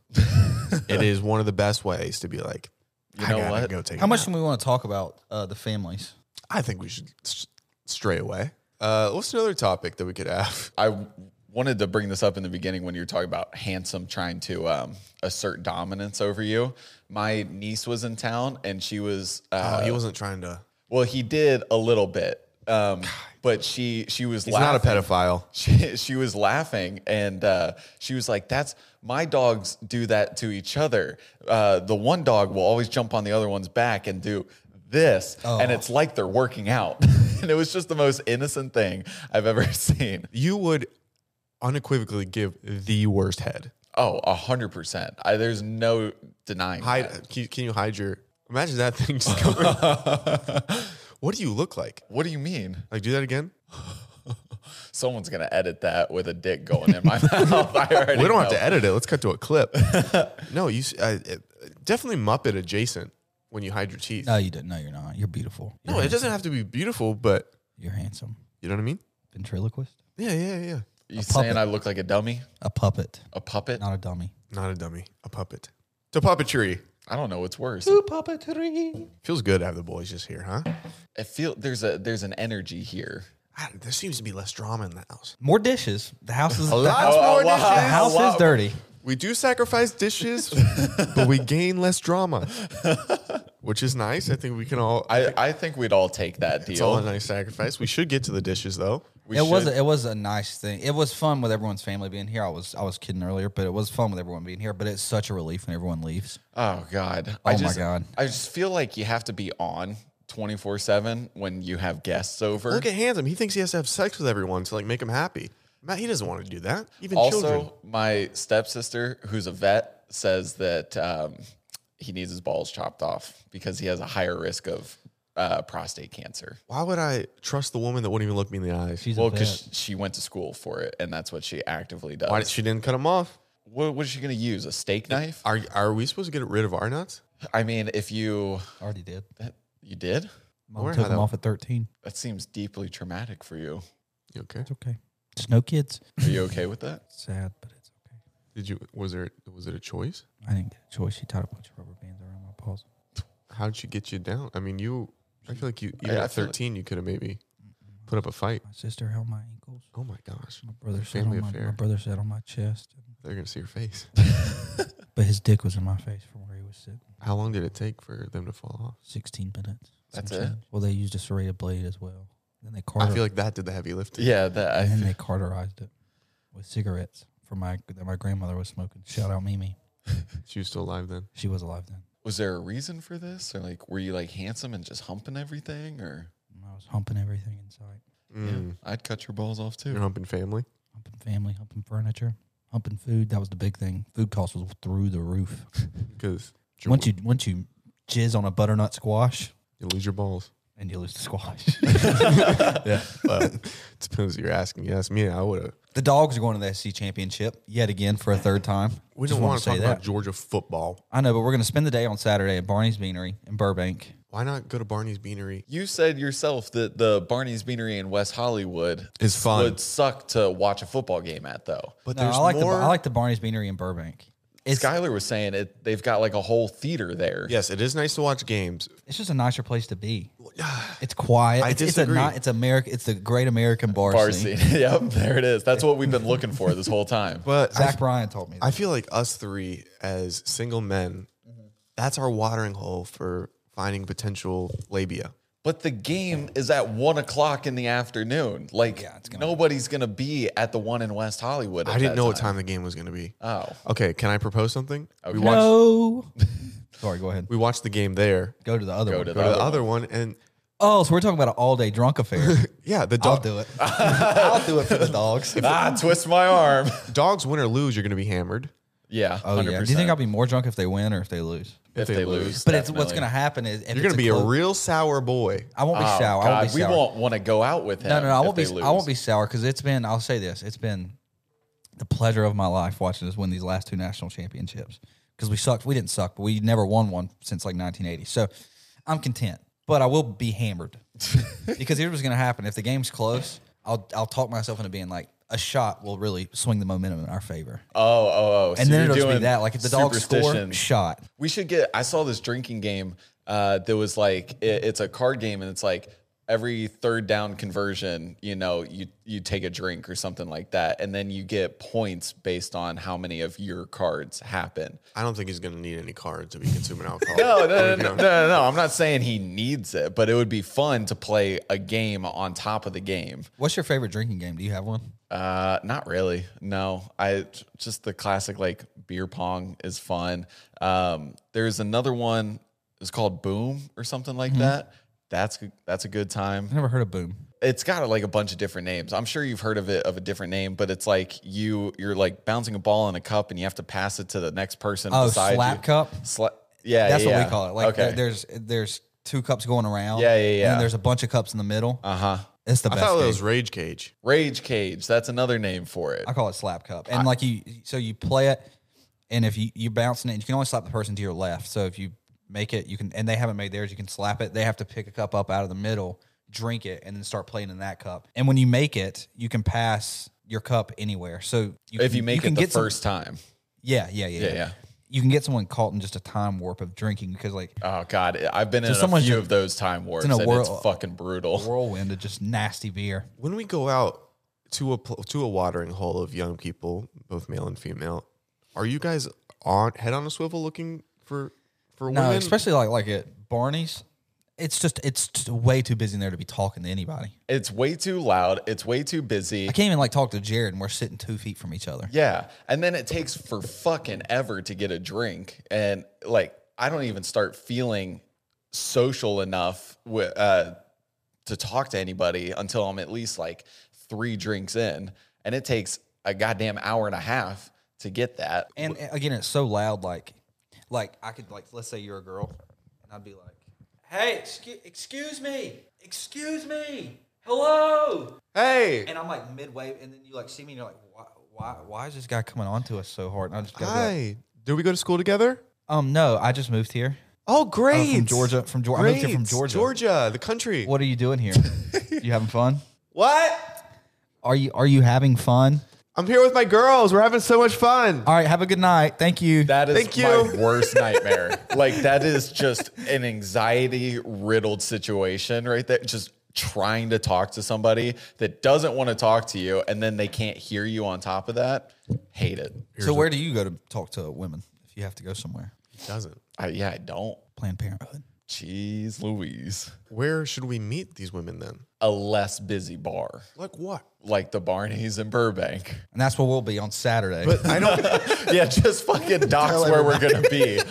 [SPEAKER 1] it is one of the best ways to be like,
[SPEAKER 2] You
[SPEAKER 1] I
[SPEAKER 2] know
[SPEAKER 1] gotta
[SPEAKER 2] what?
[SPEAKER 1] go take.
[SPEAKER 3] how
[SPEAKER 1] a
[SPEAKER 3] much
[SPEAKER 1] nap.
[SPEAKER 3] do we want to talk about uh, the families?
[SPEAKER 1] I think we should s- stray away. Uh, what's another topic that we could have?
[SPEAKER 2] I w- wanted to bring this up in the beginning when you were talking about handsome trying to um, assert dominance over you. My niece was in town and she was. Uh,
[SPEAKER 1] Oh, he wasn't trying to.
[SPEAKER 2] well, he did a little bit, um, but she she was
[SPEAKER 1] He's not a
[SPEAKER 2] laughing.
[SPEAKER 1] pedophile.
[SPEAKER 2] she, she was laughing and uh, she was like, That's my dogs do that to each other. Uh, the one dog will always jump on the other one's back and do this.
[SPEAKER 1] Oh.
[SPEAKER 2] And it's like they're working out. and it was just the most innocent thing I've ever seen.
[SPEAKER 1] You would unequivocally give the worst head.
[SPEAKER 2] Oh, 100%. I, there's no denying. that.
[SPEAKER 1] Hide. Can you, can you hide your? Imagine that thing just covered. what do you look like?
[SPEAKER 2] What do you mean?
[SPEAKER 1] Like, do that again.
[SPEAKER 2] someone's gonna edit that with a dick going in my mouth. I already
[SPEAKER 1] We don't
[SPEAKER 2] know.
[SPEAKER 1] have to edit it. Let's cut to a clip. no, you s- uh, it- definitely Muppet adjacent when you hide your teeth.
[SPEAKER 3] No, you didn't. No, you're not. You're beautiful. You're
[SPEAKER 1] no, it
[SPEAKER 3] handsome.
[SPEAKER 1] doesn't have to be beautiful, but
[SPEAKER 3] You're handsome.
[SPEAKER 1] you know what I mean?
[SPEAKER 3] Ventriloquist.
[SPEAKER 1] Yeah, yeah, yeah.
[SPEAKER 2] You saying
[SPEAKER 3] puppet.
[SPEAKER 2] I look like a dummy,
[SPEAKER 3] A puppet,
[SPEAKER 2] a puppet?
[SPEAKER 3] not a dummy.
[SPEAKER 1] Not a dummy, a puppet. To puppetry.
[SPEAKER 2] I don't know what's worse.
[SPEAKER 3] Puppetry.
[SPEAKER 1] Feels good to have the boys just here, huh?
[SPEAKER 2] I feel there's a there's an energy here.
[SPEAKER 1] Ah, There seems to be less drama in the house.
[SPEAKER 3] More dishes. The house is
[SPEAKER 1] Lots
[SPEAKER 3] the,
[SPEAKER 1] more
[SPEAKER 2] wow.
[SPEAKER 3] the
[SPEAKER 1] dishes.
[SPEAKER 3] house is
[SPEAKER 2] Wow.
[SPEAKER 3] dirty.
[SPEAKER 1] We do sacrifice dishes, but we gain less drama, which is nice. I think we can all.
[SPEAKER 2] I, I think we'd all take that
[SPEAKER 1] It's all a
[SPEAKER 2] deal.
[SPEAKER 1] nice sacrifice. We should get to the dishes though.
[SPEAKER 2] We
[SPEAKER 3] it was
[SPEAKER 2] should-
[SPEAKER 3] a, it was a nice thing. It was fun with everyone's family being here. I was I was kidding earlier, but it was fun with everyone being here. But it's such a relief when everyone leaves.
[SPEAKER 2] Oh God!
[SPEAKER 3] Oh,
[SPEAKER 2] I
[SPEAKER 3] my
[SPEAKER 2] just,
[SPEAKER 3] God.
[SPEAKER 2] I just feel like you have to be on twenty four seven when you have guests over.
[SPEAKER 1] Look at handsome. He thinks he has to have sex with everyone to like make him happy. Matt, he doesn't want to do that. Even
[SPEAKER 2] also,
[SPEAKER 1] children.
[SPEAKER 2] my stepsister, who's a vet, says that um, he needs his balls chopped off because he has a higher risk of uh, prostate cancer.
[SPEAKER 1] Why would I trust the woman that wouldn't even look me in the eyes?
[SPEAKER 3] She's
[SPEAKER 2] Well,
[SPEAKER 3] a vet.
[SPEAKER 2] because she went to school for it, and that's what she actively does.
[SPEAKER 1] Why did she didn't cut him off?
[SPEAKER 2] what, what is she going to use? A steak knife?
[SPEAKER 1] Are are we supposed to get rid of our nuts?
[SPEAKER 2] I mean, if you
[SPEAKER 3] already did.
[SPEAKER 2] you did,
[SPEAKER 1] I
[SPEAKER 3] Mom
[SPEAKER 1] wonder
[SPEAKER 3] took
[SPEAKER 1] how
[SPEAKER 3] him
[SPEAKER 1] that-
[SPEAKER 3] off at thirteen.
[SPEAKER 2] that seems deeply traumatic for you.
[SPEAKER 1] You okay?
[SPEAKER 3] It's okay. It's no kids.
[SPEAKER 2] Are you okay with that?
[SPEAKER 3] Sad, but it's okay.
[SPEAKER 1] Did you? Was there? Was it a choice?
[SPEAKER 3] I didn't get a choice. She tied a bunch of rubber bands around my paws.
[SPEAKER 1] How did she get you down? I mean, you. I feel like you. Even
[SPEAKER 2] I
[SPEAKER 1] at
[SPEAKER 2] feel like-
[SPEAKER 1] thirteen, you could have maybe put up a fight.
[SPEAKER 3] My sister held my ankles.
[SPEAKER 1] Oh my gosh!
[SPEAKER 3] My brother sat
[SPEAKER 1] Family
[SPEAKER 3] on my,
[SPEAKER 1] affair.
[SPEAKER 3] my brother sat on my chest,
[SPEAKER 1] They're gonna see your face.
[SPEAKER 3] but his dick was in my face from where he was sitting.
[SPEAKER 1] How long did it take for them to fall off?
[SPEAKER 3] Sixteen minutes. some
[SPEAKER 2] That's it?
[SPEAKER 3] change. Well, they used a serrated blade as well. Then they
[SPEAKER 1] I
[SPEAKER 3] carter-
[SPEAKER 1] feel like that did the heavy lifting.
[SPEAKER 2] Yeah, that I
[SPEAKER 3] and
[SPEAKER 2] feel-
[SPEAKER 3] then they carterized it with cigarettes from my that my grandmother was smoking. Shout out Mimi.
[SPEAKER 1] She was still alive then.
[SPEAKER 3] She was alive then.
[SPEAKER 2] was there a reason for this or like were you like handsome and just humping everything or
[SPEAKER 3] And I was humping everything in sight.
[SPEAKER 1] Mm.
[SPEAKER 2] yeah, i'd cut your balls off
[SPEAKER 1] Your
[SPEAKER 2] too
[SPEAKER 1] humping family.
[SPEAKER 3] Humping family, humping furniture, humping food. That was the big thing. Food costs was through the roof.
[SPEAKER 1] Because
[SPEAKER 3] once you once you jizz on a butternut squash
[SPEAKER 1] you lose your balls.
[SPEAKER 3] and you lose the squash.
[SPEAKER 1] Yeah. Well, depends what you're asking. You ask me, I would have.
[SPEAKER 3] the dogs are going to the SC championship yet again for a third time.
[SPEAKER 1] We
[SPEAKER 3] Just
[SPEAKER 1] don't
[SPEAKER 3] wanted
[SPEAKER 1] want to talk about Georgia football.
[SPEAKER 3] I know, but we're going to spend the day on Saturday at Barney's Beanery in Burbank.
[SPEAKER 1] Why not go to Barney's Beanery?
[SPEAKER 2] you said yourself that the barney's beanery in west hollywood
[SPEAKER 1] Is fun.
[SPEAKER 2] would suck to watch a football game at though
[SPEAKER 1] But
[SPEAKER 3] No,
[SPEAKER 1] there's
[SPEAKER 3] I like
[SPEAKER 1] more.
[SPEAKER 3] the I like the Barney's Beanery in Burbank. It's
[SPEAKER 2] skylar was saying it they've got like a whole theater there
[SPEAKER 1] yes, it is nice to watch games.
[SPEAKER 3] it's just a nicer place to be. It's quiet.
[SPEAKER 1] I
[SPEAKER 3] it's, it's a
[SPEAKER 1] disagree.
[SPEAKER 3] not, it's America. It's the great American bar,
[SPEAKER 2] bar
[SPEAKER 3] scene.
[SPEAKER 2] scene yep there it is that's what we've been looking for this whole time
[SPEAKER 1] But I,
[SPEAKER 3] Zach Bryan told me. That.
[SPEAKER 1] I feel like us three as single men,
[SPEAKER 3] Mm-hmm.
[SPEAKER 1] that's our watering hole for finding potential labia.
[SPEAKER 2] but the game is at one o'clock in the afternoon like nobody's gonna be at the one in west hollywood at
[SPEAKER 1] I didn't
[SPEAKER 2] that
[SPEAKER 1] know what time the game was going to be.
[SPEAKER 2] oh
[SPEAKER 1] Okay, can I propose something? We watched
[SPEAKER 3] no. Sorry, go ahead.
[SPEAKER 1] we watched the game there.
[SPEAKER 3] Go to the other
[SPEAKER 2] go
[SPEAKER 3] one.
[SPEAKER 2] to
[SPEAKER 1] Go
[SPEAKER 2] the
[SPEAKER 1] to
[SPEAKER 2] other
[SPEAKER 1] the
[SPEAKER 2] one.
[SPEAKER 1] other one and
[SPEAKER 3] oh, so we're talking about an all day drunk affair.
[SPEAKER 1] yeah, the
[SPEAKER 3] I'll
[SPEAKER 1] dog,
[SPEAKER 3] do it. I'll do it for the dogs.
[SPEAKER 2] ah twist my arm
[SPEAKER 1] dogs win or lose, you're going to be hammered.
[SPEAKER 2] Yeah.
[SPEAKER 3] Oh
[SPEAKER 2] 100%.
[SPEAKER 3] yeah. Do you think I'll be more drunk if they win or if they lose?
[SPEAKER 2] if they,
[SPEAKER 1] they
[SPEAKER 2] lose?
[SPEAKER 1] lose?
[SPEAKER 3] But it's what's
[SPEAKER 2] definitely.
[SPEAKER 3] going to happen is if
[SPEAKER 1] You're going to be a real sour boy.
[SPEAKER 3] I won't be
[SPEAKER 2] Oh,
[SPEAKER 3] sour. I
[SPEAKER 2] God,
[SPEAKER 3] won't be
[SPEAKER 2] we
[SPEAKER 3] sour.
[SPEAKER 2] won't want to go out with him.
[SPEAKER 3] no, no, no. I
[SPEAKER 2] if
[SPEAKER 3] won't be.
[SPEAKER 2] they
[SPEAKER 3] I won't be
[SPEAKER 2] lose.
[SPEAKER 3] sour because it's been. I'll say this. It's been the pleasure of my life watching us win these last two national championships because we sucked. We didn't suck, but we never won one since like 1980. So I'm content, but I will be hammered because here's what's going to happen. If the game's close, I'll I'll talk myself into being like a shot will really swing the momentum in our favor,
[SPEAKER 2] Oh, oh, oh. So
[SPEAKER 3] and then
[SPEAKER 2] you're
[SPEAKER 3] it'll just be
[SPEAKER 2] doing
[SPEAKER 3] that. Like if the dogs score,
[SPEAKER 2] superstition.
[SPEAKER 3] shot.
[SPEAKER 2] we should get. I saw this drinking game uh, that was like it- it's a card game, and it's like every third down conversion, you know, you you take a drink or something like that, and then you get points based on how many of your cards happen.
[SPEAKER 1] I don't think he's going to need any cards to be consuming alcohol.
[SPEAKER 2] No, Oh, no, no, no, no, no, no. I'm not saying he needs it, but it would be fun to play a game on top of the game.
[SPEAKER 3] What's your favorite drinking game? Do you have one?
[SPEAKER 2] Uh, not really. No, I just the classic like beer pong is fun. Um, there's another one. It's called Boom or something like
[SPEAKER 3] Mm-hmm.
[SPEAKER 2] that. That's that's a good time.
[SPEAKER 3] I never heard of Boom.
[SPEAKER 2] It's got like a bunch of different names. I'm sure you've heard of it of a different name, but it's like you you're like bouncing a ball in a cup and you have to pass it to the next person.
[SPEAKER 3] Oh,
[SPEAKER 2] beside
[SPEAKER 3] slap
[SPEAKER 2] you.
[SPEAKER 3] cup.
[SPEAKER 2] Sla- yeah,
[SPEAKER 3] That's
[SPEAKER 2] yeah,
[SPEAKER 3] what
[SPEAKER 2] yeah.
[SPEAKER 3] we call it. Like
[SPEAKER 2] okay.
[SPEAKER 3] there- there's there's two cups going around.
[SPEAKER 2] Yeah, yeah,
[SPEAKER 3] And
[SPEAKER 2] yeah.
[SPEAKER 3] then there's a bunch of cups in the middle.
[SPEAKER 2] uh huh.
[SPEAKER 3] It's the
[SPEAKER 1] I
[SPEAKER 3] best.
[SPEAKER 1] thought it
[SPEAKER 3] cake.
[SPEAKER 1] was Rage Cage.
[SPEAKER 2] Rage cage. That's another name for it.
[SPEAKER 3] I call it slap cup. And like you, so you play it, and if you you're bouncing it, you can only slap the person to your left. So if you make it, you can, and they haven't made theirs, you can slap it. They have to pick a cup up out of the middle, drink it, and then start playing in that cup. And when you make it, you can pass your cup anywhere. So you
[SPEAKER 2] If you make it the
[SPEAKER 3] some-
[SPEAKER 2] first time.
[SPEAKER 3] yeah, yeah, yeah,
[SPEAKER 2] Yeah, yeah.
[SPEAKER 3] You can get someone caught in just a time warp of drinking because like
[SPEAKER 2] Oh God, I've been in a
[SPEAKER 3] someone's
[SPEAKER 2] few
[SPEAKER 3] in-
[SPEAKER 2] of those time wars,
[SPEAKER 3] in a
[SPEAKER 2] and it's
[SPEAKER 3] whirl-
[SPEAKER 2] fucking brutal.
[SPEAKER 3] whirlwind of just nasty beer.
[SPEAKER 1] When we go out to a pl- to a watering hole of young people, both male and female, are you guys on head on a swivel looking for for
[SPEAKER 3] No,
[SPEAKER 1] women?
[SPEAKER 3] especially like like at Barney's. It's just it's just way too busy in there to be talking to anybody.
[SPEAKER 2] It's way too loud. It's way too busy.
[SPEAKER 3] I can't even like talk to Jared, and we're sitting two feet from each other.
[SPEAKER 2] Yeah, and then it takes for fucking ever to get a drink, and like I don't even start feeling social enough with uh, to talk to anybody until I'm at least like three drinks in, and it takes a goddamn hour and a half to get that.
[SPEAKER 3] And and again, it's so loud. Like, like I could like let's say you're a girl, and I'd be like, "Hey, excuse, excuse me, excuse me, hello,"
[SPEAKER 1] hey,
[SPEAKER 3] and I'm like midway, and then you like see me, and you're like, "Why, why, why is this guy coming on to us so hard?" And I just gotta be like,
[SPEAKER 1] hi. Did we go to school together?
[SPEAKER 3] um, no, I just moved here.
[SPEAKER 1] Oh,
[SPEAKER 3] I'm
[SPEAKER 1] great!
[SPEAKER 3] from Georgia. From Georgia. I moved here from Georgia.
[SPEAKER 1] Georgia, the country.
[SPEAKER 3] What are you doing here? you having fun?
[SPEAKER 1] What?
[SPEAKER 3] Are you Are you having fun?
[SPEAKER 1] I'm here with my girls. We're having so much fun.
[SPEAKER 3] All right, have a good night. Thank you.
[SPEAKER 2] That is
[SPEAKER 1] Thank
[SPEAKER 2] my
[SPEAKER 1] you.
[SPEAKER 2] worst nightmare. like that is just an anxiety riddled situation right there. Just trying to talk to somebody that doesn't want to talk to you and then they can't hear you on top of that. Hate it.
[SPEAKER 3] so where do you go to talk to women if you have to go somewhere?
[SPEAKER 1] It doesn't.
[SPEAKER 2] I, yeah, I don't.
[SPEAKER 3] Planned Parenthood.
[SPEAKER 2] Jeez Louise.
[SPEAKER 1] Where should we meet these women then?
[SPEAKER 2] A less busy bar.
[SPEAKER 1] Like what?
[SPEAKER 2] Like the Barney's in Burbank.
[SPEAKER 3] And that's where we'll be on Saturday.
[SPEAKER 1] But I don't.
[SPEAKER 2] Yeah, just fucking docs where we're gonna be.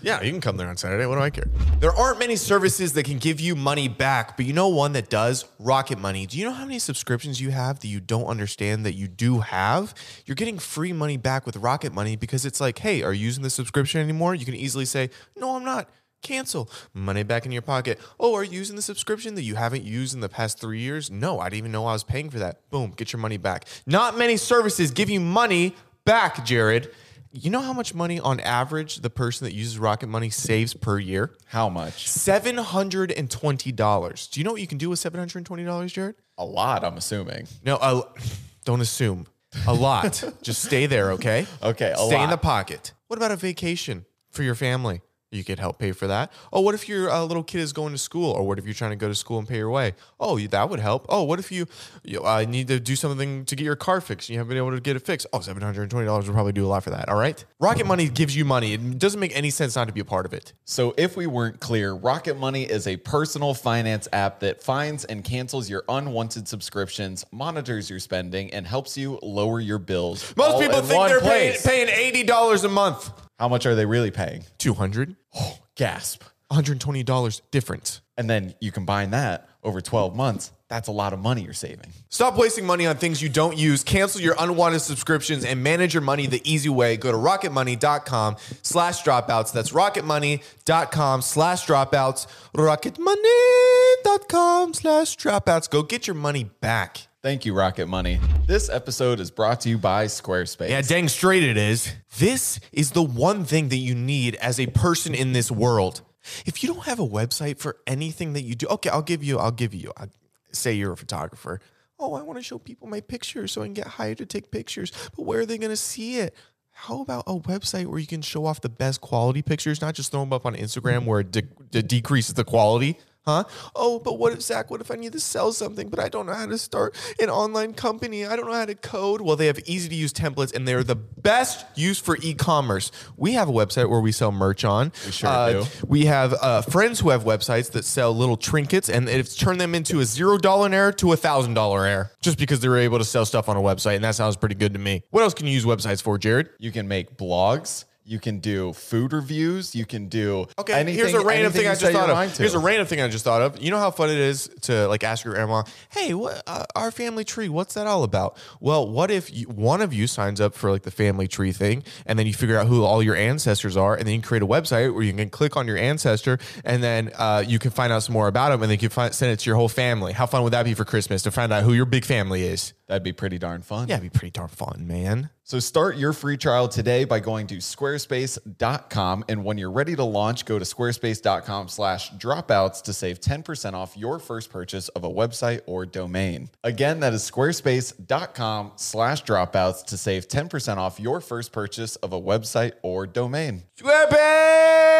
[SPEAKER 1] Yeah, you can come there on Saturday. What do I care? There aren't many services that can give you money back, but you know one that does? Rocket Money. Do you know how many subscriptions you have that you don't understand that you do have? You're getting free money back with Rocket Money because it's like, hey, are you using this subscription anymore? You can easily say, no, I'm not. Cancel. Money back in your pocket. Oh, are you using the subscription that you haven't used in the past three years? No, I didn't even know I was paying for that. Boom, get your money back. Not many services give you money back, Jared. You know how much money on average the person that uses Rocket Money saves per year?
[SPEAKER 2] How much?
[SPEAKER 1] $720. Do you know what you can do with $720, Jared?
[SPEAKER 2] A lot, I'm assuming.
[SPEAKER 1] No, uh, don't assume. A lot. Just stay there, okay?
[SPEAKER 2] Okay, a
[SPEAKER 1] stay in
[SPEAKER 2] lot.
[SPEAKER 1] the pocket. What about a vacation for your family? You could help pay for that. Oh, what if your uh, little kid is going to school? Or what if you're trying to go to school and pay your way? Oh, you- that would help. Oh, what if you, you uh, need to do something to get your car fixed and you haven't been able to get it fixed? Oh, $720 would probably do a lot for that. All right. Rocket Money gives you money. It doesn't make any sense not to be a part of it.
[SPEAKER 2] So, if we weren't clear, Rocket Money is a personal finance app that finds and cancels your unwanted subscriptions, monitors your spending, and helps you lower your bills.
[SPEAKER 1] Most
[SPEAKER 2] all
[SPEAKER 1] people
[SPEAKER 2] in
[SPEAKER 1] think
[SPEAKER 2] one
[SPEAKER 1] they're paying,
[SPEAKER 2] place.
[SPEAKER 1] paying $80 a month.
[SPEAKER 2] How much are they really paying?
[SPEAKER 1] 200
[SPEAKER 2] Gasp.
[SPEAKER 1] $120 difference.
[SPEAKER 2] And then you combine that over 12 months, that's a lot of money you're saving.
[SPEAKER 1] Stop wasting money on things you don't use. Cancel your unwanted subscriptions and manage your money the easy way. Go to rocketmoney.com slash dropouts. That's rocketmoney.com slash dropouts. Rocketmoney.com slash dropouts. Go get your money back.
[SPEAKER 2] Thank you, Rocket Money. This episode is brought to you by Squarespace.
[SPEAKER 1] Yeah, dang straight it is. This is the one thing that you need as a person in this world. If you don't have a website for anything that you do, okay, I'll give you, I'll give you. I, say you're a photographer. Oh, I want to show people my pictures so I can get hired to take pictures. But where are they going to see it? How about a website where you can show off the best quality pictures, not just throw them up on Instagram where it de- de- decreases the quality? Huh? Oh, but what if Zach? What if I need to sell something, but I don't know how to start an online company? I don't know how to code. Well, they have easy to use templates, and they're the best used for e-commerce. We have a website where we sell merch on. We
[SPEAKER 2] sure do.
[SPEAKER 1] We have uh, friends who have websites that sell little trinkets, and it's turned them into a zero dollar error to a thousand dollar error just because they were able to sell stuff on a website, and that sounds pretty good to me. What else can you use websites for, Jared?
[SPEAKER 2] You can make blogs, You can do food reviews. You can do
[SPEAKER 1] Okay,
[SPEAKER 2] Anything,
[SPEAKER 1] here's a random
[SPEAKER 2] anything
[SPEAKER 1] thing
[SPEAKER 2] you
[SPEAKER 1] I
[SPEAKER 2] set
[SPEAKER 1] just
[SPEAKER 2] your
[SPEAKER 1] thought of.
[SPEAKER 2] mind to.
[SPEAKER 1] Here's a random thing I just thought of. You know how fun it is to like ask your grandma, "Hey, what uh, our family tree? What's that all about?" Well, what if you, one of you signs up for like the family tree thing, and then you figure out who all your ancestors are, and then you create a website where you can click on your ancestor, and then uh, you can find out some more about them, and then you can find, send it to your whole family. How fun would that be for Christmas to find out who your big family is?
[SPEAKER 2] That'd be pretty darn fun.
[SPEAKER 1] Yeah, it'd be pretty darn fun, man.
[SPEAKER 2] So start your free trial today by going to squarespace.com. And when you're ready to launch, go to squarespace.com slash dropouts to save 10% off your first purchase of a website or domain. Again, that is squarespace.com slash dropouts to save 10% off your first purchase of a website or domain.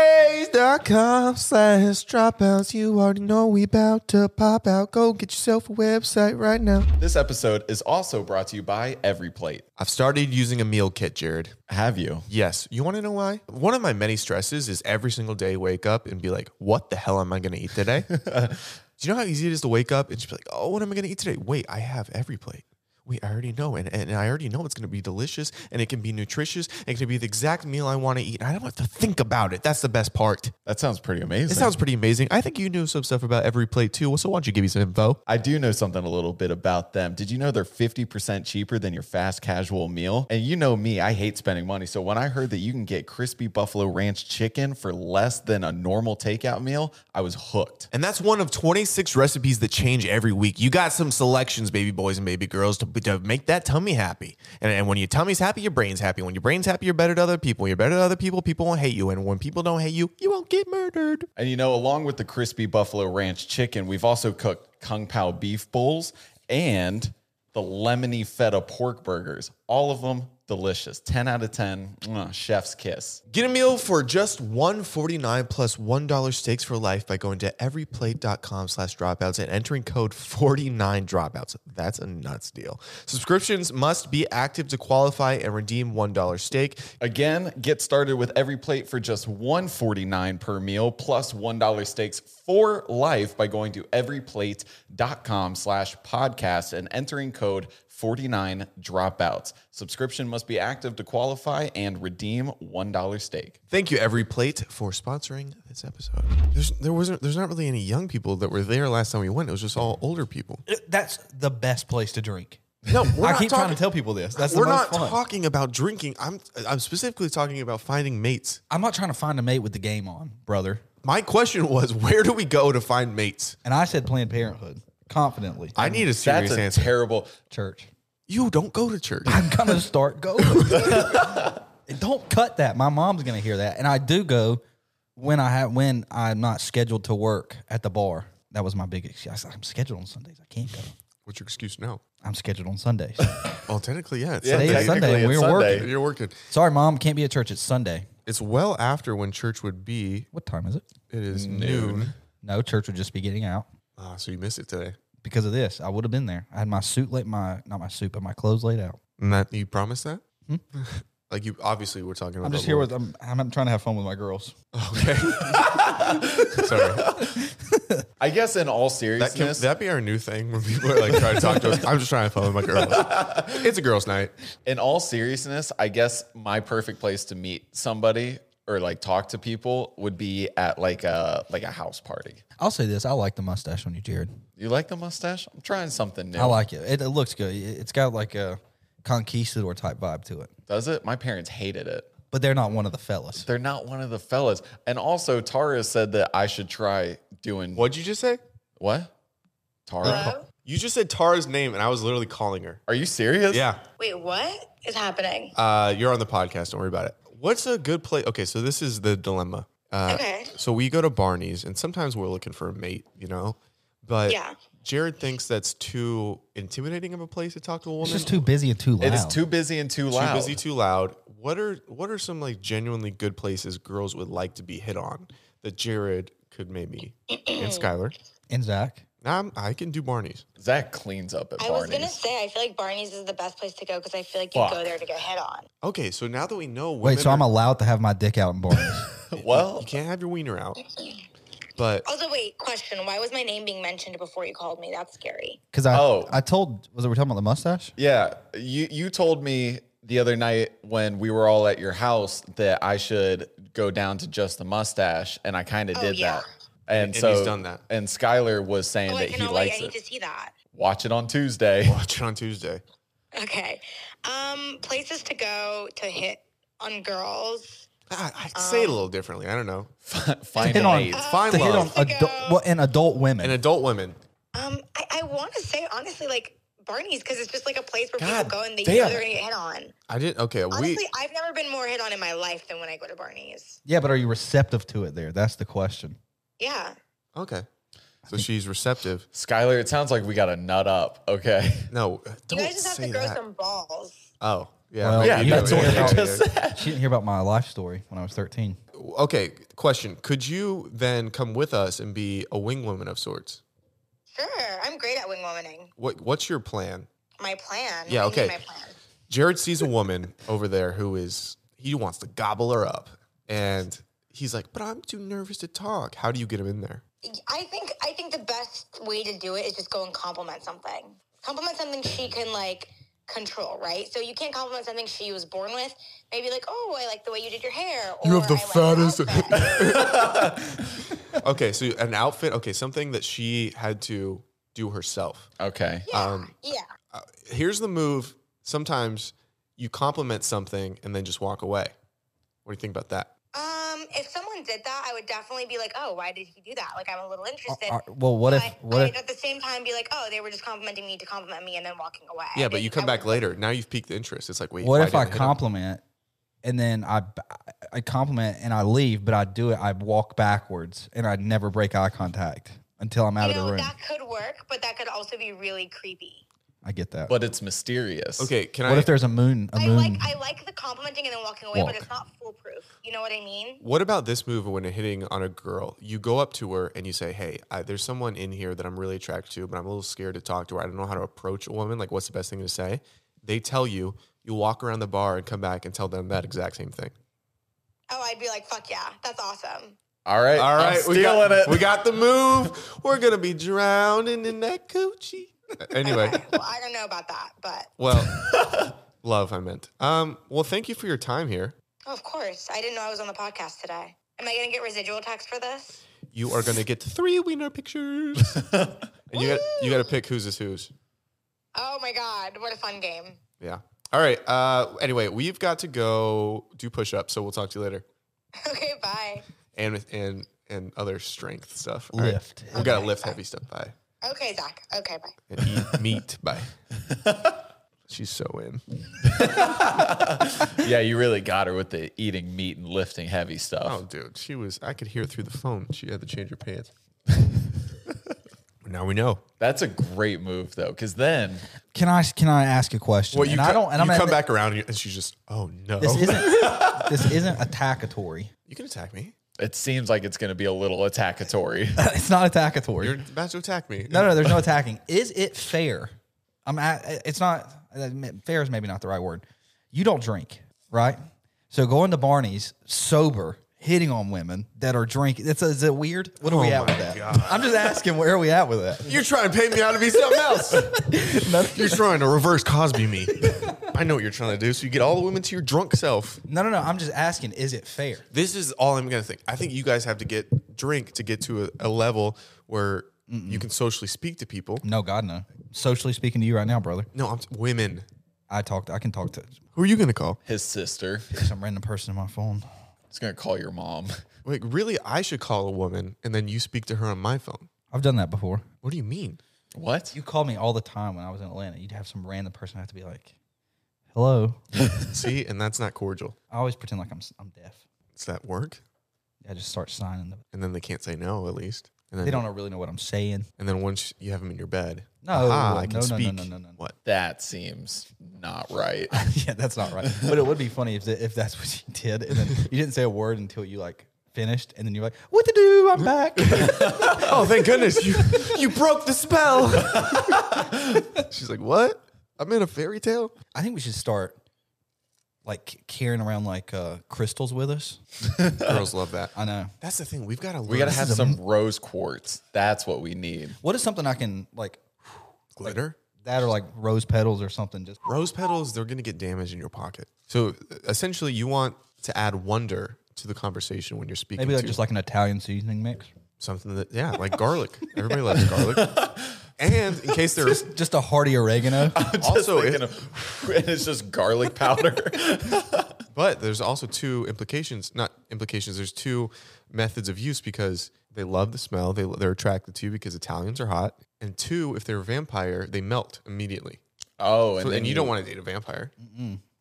[SPEAKER 1] Squarespace.com slash dropouts. You already know we about to pop out. Go get yourself a website right now.
[SPEAKER 2] This episode is also brought to you by EveryPlate.
[SPEAKER 1] I've started using a meal kit, Jared.
[SPEAKER 2] Have you?
[SPEAKER 1] Yes. You want to know why? One of my many stresses is every single day wake up and be like, what the hell am I going to eat today? Do you know how easy it is to wake up and just be like, oh, what am I going to eat today? Wait, I have every plate. Wait, I already know. And, and I already know it's going to be delicious and it can be nutritious and it can be the exact meal I want to eat. I don't have to think about it. That's the best part.
[SPEAKER 2] That sounds pretty amazing.
[SPEAKER 1] It sounds pretty amazing. I think you knew some stuff about every plate too. So why don't you give me some info?
[SPEAKER 2] I do know something a little bit about them. Did you know they're 50% cheaper than your fast casual meal? And you know me, I hate spending money. So when I heard that you can get crispy buffalo ranch chicken for less than a normal takeout meal, I was hooked.
[SPEAKER 1] And that's one of 26 recipes that change every week. You got some selections, baby boys and baby girls, to, to make that tummy happy. And, and when your tummy's happy, your brain's happy. When your brain's happy, you're better to other people. When you're better to other people, people won't hate you. And when people don't hate you, you won't get murdered.
[SPEAKER 2] And you know, along with the crispy buffalo ranch chicken, we've also cooked kung pao beef bowls and the lemony feta pork burgers. All of them delicious. 10 out of 10. Mwah, chef's kiss.
[SPEAKER 1] Get a meal for just $1.49 plus $1 steaks for life by going to everyplate.com slash dropouts and entering code 49dropouts. That's a nuts deal. Subscriptions must be active to qualify and redeem $1 steak.
[SPEAKER 2] Again, get started with every plate for just $1.49 per meal plus $1 steaks for life by going to everyplate.com slash podcast and entering code 49 dropouts. Subscription must be active to qualify and redeem $1 steak.
[SPEAKER 1] Thank you, Every Plate, for sponsoring this episode. There's, there wasn't, there's not really any young people that were there last time we went. It was just all older people.
[SPEAKER 3] That's the best place to drink.
[SPEAKER 1] No, we're
[SPEAKER 3] I
[SPEAKER 1] not talking,
[SPEAKER 3] keep trying to tell people this. That's
[SPEAKER 1] we're
[SPEAKER 3] the most
[SPEAKER 1] not
[SPEAKER 3] fun.
[SPEAKER 1] talking about drinking. I'm, I'm specifically talking about finding mates.
[SPEAKER 3] I'm not trying to find a mate with the game on, brother.
[SPEAKER 1] My question was, where do we go to find mates?
[SPEAKER 3] And I said Planned Parenthood confidently.
[SPEAKER 1] I need a serious
[SPEAKER 2] That's a
[SPEAKER 1] answer.
[SPEAKER 2] terrible.
[SPEAKER 3] Church.
[SPEAKER 1] you don't go to church.
[SPEAKER 3] I'm gonna start going. And Don't cut that. My mom's gonna hear that, and I do go when I have when I'm not scheduled to work at the bar. That was my big excuse. I said, I'm scheduled on Sundays. I can't go.
[SPEAKER 1] What's your excuse now?
[SPEAKER 3] I'm scheduled on Sundays.
[SPEAKER 1] Oh, technically, yeah. It's
[SPEAKER 3] Today is
[SPEAKER 2] technically
[SPEAKER 3] Sunday.
[SPEAKER 2] it's
[SPEAKER 3] We were
[SPEAKER 2] Sunday.
[SPEAKER 1] Sunday. You're working.
[SPEAKER 3] Sorry, mom, can't be at church. It's Sunday.
[SPEAKER 1] It's well after when church would be.
[SPEAKER 3] What time is it?
[SPEAKER 1] It is noon.
[SPEAKER 3] No, church would just be getting out
[SPEAKER 1] Ah, so you missed it today.
[SPEAKER 3] because of this. I would have been there. I had my suit laid, my not my suit, but my clothes laid out.
[SPEAKER 1] And that you promised that? like you obviously we're talking about.
[SPEAKER 3] I'm just
[SPEAKER 1] the
[SPEAKER 3] here
[SPEAKER 1] Lord.
[SPEAKER 3] with I'm, I'm trying to have fun with my girls.
[SPEAKER 1] Okay. Sorry.
[SPEAKER 2] I guess in all
[SPEAKER 1] That can
[SPEAKER 2] seriousness,
[SPEAKER 1] that be our new thing when people are like trying to talk to us? I'm just trying to follow my girls. It's a girls' night.
[SPEAKER 2] in all seriousness, I guess my perfect place to meet somebody or like talk to people would be at like a like a house party.
[SPEAKER 3] I'll say this: I like the mustache on you, Jared.
[SPEAKER 2] You like the mustache? I'm trying something new.
[SPEAKER 3] I like it. it. It looks good. It- It's got like a conquistador type vibe to it.
[SPEAKER 2] Does it? My parents hated it.
[SPEAKER 3] But they're not one of the fellas.
[SPEAKER 2] They're not one of the fellas. And also, Tara said that I should try doing
[SPEAKER 1] What'd you just say?
[SPEAKER 2] What? Tara?
[SPEAKER 1] You just said Tara's name and I was literally calling her.
[SPEAKER 2] Are you serious?
[SPEAKER 1] Yeah.
[SPEAKER 4] Oh, Wait, what is happening?
[SPEAKER 1] Uh, you're on the podcast. Don't worry about it. What's a good place? Okay, so this is the dilemma. Uh,
[SPEAKER 4] Okay.
[SPEAKER 1] So we go to Barney's and sometimes we're looking for a mate, you know? But
[SPEAKER 4] Yeah.
[SPEAKER 1] Jared thinks that's too intimidating of a place to talk to a woman.
[SPEAKER 3] It's just too busy and too loud.
[SPEAKER 2] It is too busy and too loud.
[SPEAKER 1] Too busy, too loud. What are what are some like genuinely good places girls would like to be hit on that Jared could maybe and Skylar?
[SPEAKER 3] And Zach,
[SPEAKER 1] Nah, I'm, I can do Barney's.
[SPEAKER 2] Zach cleans up at
[SPEAKER 4] I was
[SPEAKER 2] Barney's.
[SPEAKER 4] gonna say I feel like Barney's is the best place to go because I feel like you
[SPEAKER 2] Fuck.
[SPEAKER 4] go there to get hit on.
[SPEAKER 1] Okay, so now that we know, women
[SPEAKER 3] wait. So I'm
[SPEAKER 1] are-
[SPEAKER 3] allowed to have my dick out in Barney's?
[SPEAKER 2] well,
[SPEAKER 1] you can't have your wiener out, but
[SPEAKER 4] Also, wait, question: Why was my name being mentioned before you called me? That's scary.
[SPEAKER 3] Because I,
[SPEAKER 2] Oh.
[SPEAKER 3] I told was it we talking about the mustache?
[SPEAKER 2] yeah, you you told me the other night when we were all at your house that I should go down to just the mustache, and I kind of did
[SPEAKER 4] Oh, yeah.
[SPEAKER 2] that. And,
[SPEAKER 1] And
[SPEAKER 2] so
[SPEAKER 1] he's done that.
[SPEAKER 2] And Skylar was saying
[SPEAKER 4] Oh, I
[SPEAKER 2] that he
[SPEAKER 4] cannot wait.
[SPEAKER 2] likes
[SPEAKER 4] I need to
[SPEAKER 2] it.
[SPEAKER 4] see that.
[SPEAKER 2] Watch it on Tuesday.
[SPEAKER 1] Watch it on Tuesday.
[SPEAKER 4] Okay. Um, places to go to hit on girls.
[SPEAKER 1] I, I'd say
[SPEAKER 4] Um,
[SPEAKER 1] it a little differently. I don't know.
[SPEAKER 2] Find
[SPEAKER 3] Hit on-
[SPEAKER 2] a
[SPEAKER 4] Uh,
[SPEAKER 1] Find
[SPEAKER 3] to hit on
[SPEAKER 1] love.
[SPEAKER 4] Mexico.
[SPEAKER 3] adult, well, and adult women.
[SPEAKER 1] and adult women.
[SPEAKER 4] Um, I, I want to say honestly, like Barney's, because it's just like a place where
[SPEAKER 2] God
[SPEAKER 4] people go and they
[SPEAKER 2] damn
[SPEAKER 4] know they're
[SPEAKER 2] it.
[SPEAKER 4] gonna get hit on.
[SPEAKER 1] I didn't. Okay,
[SPEAKER 4] Honestly,
[SPEAKER 1] we.
[SPEAKER 4] I've never been more hit on in my life than when I go to Barney's.
[SPEAKER 3] yeah, but are you receptive to it? There, that's the question.
[SPEAKER 4] Yeah.
[SPEAKER 1] Okay, so she's receptive.
[SPEAKER 2] Skylar. It sounds like we got to nut up. Okay.
[SPEAKER 1] No, don't
[SPEAKER 4] you guys just have
[SPEAKER 1] say
[SPEAKER 4] to grow
[SPEAKER 1] that.
[SPEAKER 4] some balls.
[SPEAKER 1] oh, yeah.
[SPEAKER 3] Well,
[SPEAKER 2] Yeah,
[SPEAKER 1] maybe.
[SPEAKER 2] that's
[SPEAKER 3] yeah,
[SPEAKER 2] what
[SPEAKER 3] yeah,
[SPEAKER 2] I
[SPEAKER 3] yeah.
[SPEAKER 2] just said.
[SPEAKER 3] She didn't hear about my life story when I was thirteen.
[SPEAKER 1] Okay, question. Could you then come with us and be a wing woman of sorts?
[SPEAKER 4] Sure. I'm great at wing womaning.
[SPEAKER 1] What What's your plan?
[SPEAKER 4] My plan.
[SPEAKER 1] Yeah,
[SPEAKER 4] I need
[SPEAKER 1] okay.
[SPEAKER 4] My plan.
[SPEAKER 1] Jared sees a woman over there who is he wants to gobble her up, and he's like, "But I'm too nervous to talk." How do you get him in there?
[SPEAKER 4] I think I think the best way to do it is just go and compliment something. Compliment something she can like control, right? So you can't compliment something she was born with. Maybe like, oh, I like the way you did your hair. Or,
[SPEAKER 1] You have the
[SPEAKER 4] "I like your
[SPEAKER 1] fattest-
[SPEAKER 4] outfit."
[SPEAKER 1] Okay, so an outfit. Okay, something that she had to do herself.
[SPEAKER 2] Okay.
[SPEAKER 4] yeah,
[SPEAKER 1] Um,
[SPEAKER 4] yeah.
[SPEAKER 1] Uh, here's the move. Sometimes you compliment something and then just walk away. What do you think about that?
[SPEAKER 4] Um, if someone did that, I would definitely be like, oh, why did he do that? Like, I'm a
[SPEAKER 1] Uh,
[SPEAKER 4] little interested.
[SPEAKER 3] Are- Uh, well, what if
[SPEAKER 4] but
[SPEAKER 3] what
[SPEAKER 4] I'd
[SPEAKER 3] if
[SPEAKER 4] at the same time be like, oh, they were just complimenting me to compliment me and then walking away.
[SPEAKER 1] Yeah,
[SPEAKER 4] I
[SPEAKER 1] but you
[SPEAKER 4] think
[SPEAKER 1] come
[SPEAKER 4] I
[SPEAKER 1] back
[SPEAKER 4] would-
[SPEAKER 1] later. Now you've piqued the interest. It's like, wait,
[SPEAKER 3] What
[SPEAKER 1] why
[SPEAKER 3] if I
[SPEAKER 1] didn't hit him?
[SPEAKER 3] compliment and then I I compliment and I leave, but I do it. I walk backwards and I never break eye contact until I'm out
[SPEAKER 4] You
[SPEAKER 3] of
[SPEAKER 4] know,
[SPEAKER 3] the room.
[SPEAKER 4] that could work, but that could also be really creepy.
[SPEAKER 3] I get that.
[SPEAKER 2] But it's mysterious.
[SPEAKER 1] Okay, can
[SPEAKER 3] what
[SPEAKER 1] I?
[SPEAKER 3] if there's a moon? A
[SPEAKER 4] I
[SPEAKER 3] moon.
[SPEAKER 4] like I like the complimenting and then walking away,
[SPEAKER 3] Walk.
[SPEAKER 4] but it's not foolproof. You know what I mean?
[SPEAKER 1] what about this move when hitting on a girl? You go up to her and you say, "Hey, I, there's someone in here that I'm really attracted to, but I'm a little scared to talk to her. I don't know how to approach a woman. Like, what's the best thing to say?" They tell you. You walk around the bar and come back and tell them that exact same thing.
[SPEAKER 4] Oh, I'd be like, fuck yeah, that's awesome.
[SPEAKER 2] All right.
[SPEAKER 1] All right,
[SPEAKER 2] I'm
[SPEAKER 1] we got,
[SPEAKER 2] stealing it.
[SPEAKER 1] We got the move. We're gonna be drowning in that coochie. Anyway,
[SPEAKER 4] Okay, well, I don't know about that, but
[SPEAKER 1] well, love. I meant. Um. Well, thank you for your time here.
[SPEAKER 4] oh, of course, I didn't know I was on the podcast today. Am I gonna get residual tax for this?
[SPEAKER 1] You are gonna get three wiener pictures, and you got you got to pick whose is whose.
[SPEAKER 4] Oh my god, what a fun game!
[SPEAKER 1] Yeah. All right. Uh. Anyway, we've got to go do push ups. So we'll talk to you later,
[SPEAKER 4] Okay, bye.
[SPEAKER 1] and and and other strength stuff. All right.
[SPEAKER 3] lift.
[SPEAKER 1] We gotta lift heavy stuff. Bye.
[SPEAKER 4] Okay, Zach. Okay, bye.
[SPEAKER 1] And eat meat. Bye. She's so in.
[SPEAKER 2] yeah, you really got her with the eating meat and lifting heavy stuff.
[SPEAKER 1] Oh, dude, she was. I could hear it through the phone. She had to change her pants. now we know.
[SPEAKER 2] That's a great move though, because then
[SPEAKER 3] Can I can I ask a question?
[SPEAKER 1] Well, you
[SPEAKER 3] and
[SPEAKER 1] co-
[SPEAKER 3] I don't. And I'm
[SPEAKER 1] you
[SPEAKER 3] not-
[SPEAKER 1] come back around and you- and she's just, oh no.
[SPEAKER 3] This isn't this isn't attackatory.
[SPEAKER 1] you can attack me.
[SPEAKER 2] it seems like it's going to be a little attackatory.
[SPEAKER 3] It's not attackatory.
[SPEAKER 1] You're about to attack me.
[SPEAKER 3] no, no, there's no attacking. Is it fair? I'm at, it's not uh, fair is maybe not the right word. You don't drink, right? So going to Barney's sober, hitting on women that are drinking. It's is it weird? What are we at with that? I'm just asking. Where are we at with that?
[SPEAKER 1] You're trying to pay me out to be something else. you're trying to reverse Cosby me. I know what you're trying to do. So you get all the women to your drunk self.
[SPEAKER 3] No, no, no. I'm just asking. Is it fair?
[SPEAKER 1] This is all I'm gonna think. I think you guys have to get drink to get to a, a level where you can socially speak to people.
[SPEAKER 3] No, God, no. Socially speaking to you right now, brother.
[SPEAKER 1] No, I'm women.
[SPEAKER 3] I talked. I can talk to
[SPEAKER 1] Who are you gonna call?
[SPEAKER 2] His sister
[SPEAKER 3] some random person on my phone.
[SPEAKER 2] is going to call your mom.
[SPEAKER 1] Like, really, I should call a woman and then you speak to her on my phone.
[SPEAKER 3] I've done that before.
[SPEAKER 1] What do you mean?
[SPEAKER 2] What?
[SPEAKER 3] You called me all the time when I was in Atlanta. You'd have some random person have to be like, "Hello."
[SPEAKER 1] See, and that's not cordial.
[SPEAKER 3] I always pretend like I'm s- I'm deaf.
[SPEAKER 1] Does that work?
[SPEAKER 3] I just start signing them.
[SPEAKER 1] And then they can't say no, at least. And then,
[SPEAKER 3] They don't really know what I'm saying.
[SPEAKER 1] And then once you have them in your bed,
[SPEAKER 3] No,
[SPEAKER 1] aha, I can
[SPEAKER 3] no, no, no,
[SPEAKER 1] speak.
[SPEAKER 3] no, no, no.
[SPEAKER 1] What?
[SPEAKER 2] that seems not right.
[SPEAKER 3] yeah, that's not right. But it would be funny if the, if that's what you did, and then you didn't say a word until you like finished, and then you're like, "What to do? I'm back."
[SPEAKER 1] Oh, thank goodness you you broke the spell. She's like, what? I'm in a fairy tale.
[SPEAKER 3] I think we should start like carrying around like uh, crystals with us.
[SPEAKER 1] Girls love that.
[SPEAKER 3] I know.
[SPEAKER 1] That's the thing. We've got to.
[SPEAKER 2] We got to have some rose quartz. That's what we need.
[SPEAKER 3] What is something I can like?
[SPEAKER 1] glitter.
[SPEAKER 3] that or like rose petals or something. Just
[SPEAKER 1] Rose petals, they're going to get damaged in your pocket. So essentially, you want to add wonder to the conversation when you're speaking
[SPEAKER 3] maybe like
[SPEAKER 1] to
[SPEAKER 3] just like an Italian seasoning mix.
[SPEAKER 1] something that, yeah, like garlic. Everybody loves garlic. And in case they're
[SPEAKER 3] Just a hearty oregano.
[SPEAKER 1] also, if-
[SPEAKER 2] Thinking of- and it's just garlic powder.
[SPEAKER 1] But there's also two implications, not implications, there's two methods of use because they love the smell, they, they're attracted to you because Italians are hot. And two, if they're a vampire, they melt immediately.
[SPEAKER 2] oh, and
[SPEAKER 1] So,
[SPEAKER 2] then
[SPEAKER 1] and you don't want to date a vampire.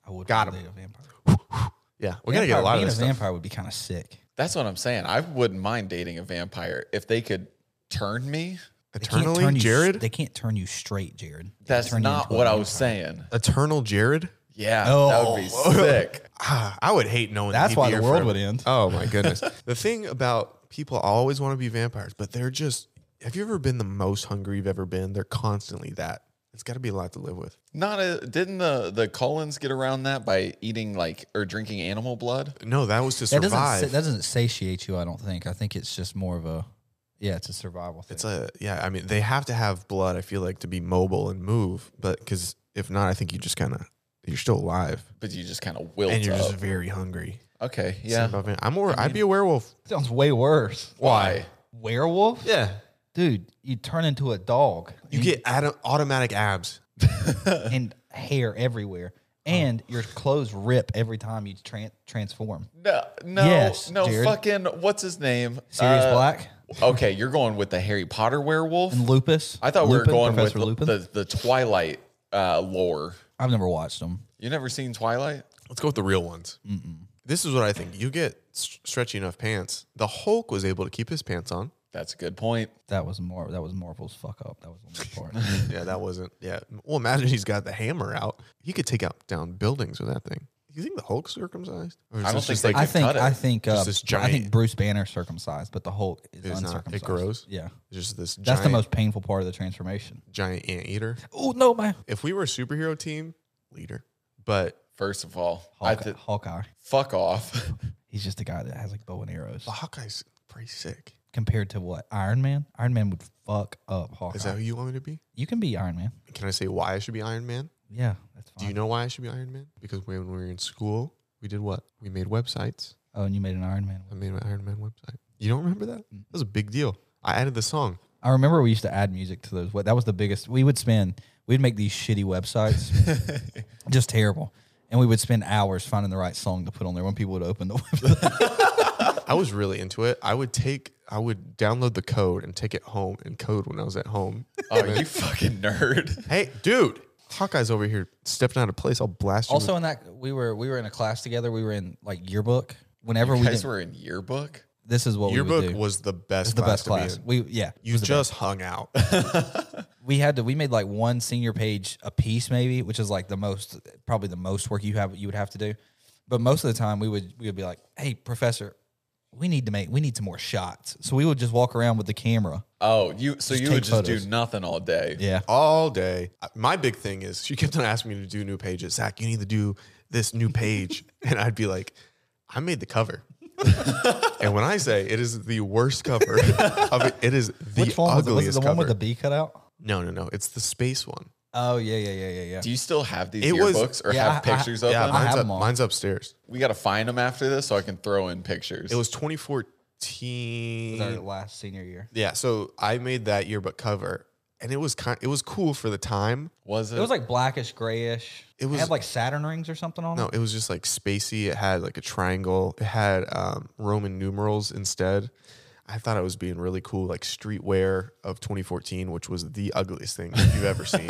[SPEAKER 3] I would
[SPEAKER 1] Got
[SPEAKER 3] date
[SPEAKER 1] him.
[SPEAKER 3] a vampire.
[SPEAKER 1] Yeah, we got to get a
[SPEAKER 3] Vampire-
[SPEAKER 1] lot of
[SPEAKER 3] being
[SPEAKER 1] this
[SPEAKER 3] a
[SPEAKER 1] stuff.
[SPEAKER 3] vampire would be kind of sick.
[SPEAKER 2] That's what I'm saying. I wouldn't mind dating a vampire if they could turn me.
[SPEAKER 3] They can't
[SPEAKER 1] Eternally,
[SPEAKER 3] turn you-
[SPEAKER 1] Jared?
[SPEAKER 3] They can't turn you straight, Jared. They can
[SPEAKER 2] That's
[SPEAKER 3] turn you
[SPEAKER 2] not
[SPEAKER 3] into a
[SPEAKER 2] what I was
[SPEAKER 3] vampire.
[SPEAKER 2] saying.
[SPEAKER 1] Eternal Jared?
[SPEAKER 2] Yeah,
[SPEAKER 3] Oh.
[SPEAKER 2] that would be sick.
[SPEAKER 1] Ah, I would hate knowing that
[SPEAKER 3] That's
[SPEAKER 1] he'd be
[SPEAKER 3] why the
[SPEAKER 1] here
[SPEAKER 3] world
[SPEAKER 1] forever.
[SPEAKER 3] would end.
[SPEAKER 1] Oh my goodness. the thing about people always want to be vampires, but they're just, have you ever been the most hungry you've ever been? They're constantly that. It's got to be a lot to live with.
[SPEAKER 2] Not a, didn't the the Collins get around that by eating like or drinking animal blood?
[SPEAKER 1] No, that was to
[SPEAKER 3] That
[SPEAKER 1] survive.
[SPEAKER 3] doesn't sa- that doesn't satiate you. I don't think. I think it's just more of a yeah, it's a survival thing.
[SPEAKER 1] It's a yeah. I mean, they have to have blood. I feel like to be mobile and move, but because if not, I think you just kind of you're still alive
[SPEAKER 2] But you just kind of wilt
[SPEAKER 1] and you're
[SPEAKER 2] up.
[SPEAKER 1] just very hungry.
[SPEAKER 2] okay, yeah.
[SPEAKER 1] So, I mean, I'm more. I would be a werewolf.
[SPEAKER 3] sounds way worse.
[SPEAKER 2] Why?
[SPEAKER 3] Werewolf,
[SPEAKER 1] Yeah,
[SPEAKER 3] dude, you turn into a dog
[SPEAKER 1] you get ad- automatic abs.
[SPEAKER 3] and hair everywhere, and your clothes rip every time you tran transform.
[SPEAKER 2] No, no,
[SPEAKER 3] Yes,
[SPEAKER 2] no.
[SPEAKER 3] Jared.
[SPEAKER 2] Fucking what's his name?
[SPEAKER 3] Sirius
[SPEAKER 2] Uh,
[SPEAKER 3] Black
[SPEAKER 2] Okay, you're going with the Harry Potter werewolf.
[SPEAKER 3] and Lupus.
[SPEAKER 2] I thought we were
[SPEAKER 3] Lupin,
[SPEAKER 2] going
[SPEAKER 3] Professor
[SPEAKER 2] with
[SPEAKER 3] Lupin.
[SPEAKER 2] the the Twilight uh, lore.
[SPEAKER 3] I've never watched them.
[SPEAKER 2] You never seen Twilight?
[SPEAKER 1] Let's go with the real ones. This is what I think. You get s- stretchy enough pants. The Hulk was able to keep his pants on.
[SPEAKER 2] That's a good point.
[SPEAKER 3] That was more. That was Marvel's fuck up. That was the only part.
[SPEAKER 1] Yeah, that wasn't. Yeah. Well, imagine he's got the hammer out. He could take out down buildings with that thing. You think the Hulk's circumcised? Or is
[SPEAKER 2] I don't
[SPEAKER 1] this
[SPEAKER 2] think
[SPEAKER 1] just
[SPEAKER 2] they
[SPEAKER 3] I
[SPEAKER 2] could
[SPEAKER 3] think
[SPEAKER 2] cut it.
[SPEAKER 3] I think uh,
[SPEAKER 1] Just this
[SPEAKER 3] I think
[SPEAKER 1] giant-
[SPEAKER 3] Bruce Banner circumcised, but the Hulk is
[SPEAKER 1] It's not. It
[SPEAKER 3] uncircumcised.
[SPEAKER 1] grows?
[SPEAKER 3] Yeah,
[SPEAKER 1] just this.
[SPEAKER 3] that's
[SPEAKER 1] giant,
[SPEAKER 3] the most painful part of the transformation.
[SPEAKER 1] giant anteater.
[SPEAKER 3] Oh no, my
[SPEAKER 1] if we were a superhero team, leader. But
[SPEAKER 2] First of all, I
[SPEAKER 3] Hawkeye,
[SPEAKER 2] th-
[SPEAKER 3] Hawkeye.
[SPEAKER 2] fuck off.
[SPEAKER 3] He's just a guy that has like bow and arrows.
[SPEAKER 1] the Hawkeye's pretty sick.
[SPEAKER 3] Compared to what Iron Man? Iron Man would fuck up Hawkeye.
[SPEAKER 1] Is that who you want me to be?
[SPEAKER 3] you can be Iron Man.
[SPEAKER 1] Can I say why I should be Iron Man?
[SPEAKER 3] Yeah, that's fine.
[SPEAKER 1] Do you know why I should be Iron Man? Because when we were in school, we did what? We made websites.
[SPEAKER 3] oh, and you made an Iron Man.
[SPEAKER 1] I made an Iron Man website. You don't remember that?
[SPEAKER 3] Mm.
[SPEAKER 1] That was a big deal. I added the song.
[SPEAKER 3] I remember we used to add music to those. What that was the biggest. We would spend. We'd make these shitty websites, just terrible, and we would spend hours finding the right song to put on there when people would open the website.
[SPEAKER 1] I was really into it. I would take, I would download the code and take it home and code when I was at home.
[SPEAKER 2] Oh, you fucking nerd.
[SPEAKER 1] hey, dude, Hawkeye's over here stepping out of place. I'll blast you.
[SPEAKER 3] Also in that we were we were in a class together. We were in like yearbook. Whenever we
[SPEAKER 2] You guys
[SPEAKER 3] did,
[SPEAKER 2] were in yearbook?
[SPEAKER 3] this is what
[SPEAKER 1] with- your
[SPEAKER 3] we would
[SPEAKER 1] book
[SPEAKER 3] do.
[SPEAKER 1] was the best.
[SPEAKER 3] the best
[SPEAKER 1] to be
[SPEAKER 3] class.
[SPEAKER 1] in.
[SPEAKER 3] We yeah.
[SPEAKER 1] You just hung out.
[SPEAKER 3] we had to we made like one senior page a piece maybe, which is like the most probably the most work you have you would have to do. But most of the time we would we would be like, "Hey professor, we need to make we need some more shots." So we would just walk around with the camera.
[SPEAKER 2] Oh, you so you would
[SPEAKER 3] take
[SPEAKER 2] just
[SPEAKER 3] photos.
[SPEAKER 2] do nothing all day.
[SPEAKER 3] Yeah.
[SPEAKER 1] all day. My big thing is she kept on asking me to do new pages. Zach, you need to do this new page. and I'd be like, I made the cover. and when I say it is the worst cover of it, it is the
[SPEAKER 3] Which one was it? Was
[SPEAKER 1] ugliest
[SPEAKER 3] it the
[SPEAKER 1] cover.
[SPEAKER 3] one with the B cut out?
[SPEAKER 1] no, no, no. It's the space one.
[SPEAKER 3] Oh yeah, yeah, yeah, yeah, yeah.
[SPEAKER 2] Do you still have these
[SPEAKER 1] It was-
[SPEAKER 2] yearbooks or
[SPEAKER 3] Yeah,
[SPEAKER 2] have
[SPEAKER 3] I- I-
[SPEAKER 2] pictures
[SPEAKER 1] Yeah,
[SPEAKER 2] of them?
[SPEAKER 3] I
[SPEAKER 1] mine's,
[SPEAKER 3] have
[SPEAKER 1] up,
[SPEAKER 3] them all.
[SPEAKER 1] mine's upstairs.
[SPEAKER 2] we got to find them after this so I can throw in pictures.
[SPEAKER 1] It was 2014.
[SPEAKER 3] it was our last senior year.
[SPEAKER 1] yeah, so I made that yearbook cover. And it was kind it was cool for the time.
[SPEAKER 2] was it?
[SPEAKER 3] It was like blackish, grayish.
[SPEAKER 1] It was-
[SPEAKER 3] had like Saturn rings or something on it.
[SPEAKER 1] No, it was just like spacey. It had like a triangle. It had um, Roman numerals instead. I thought it was being really cool, like streetwear of 2014, which was the ugliest thing you've ever seen.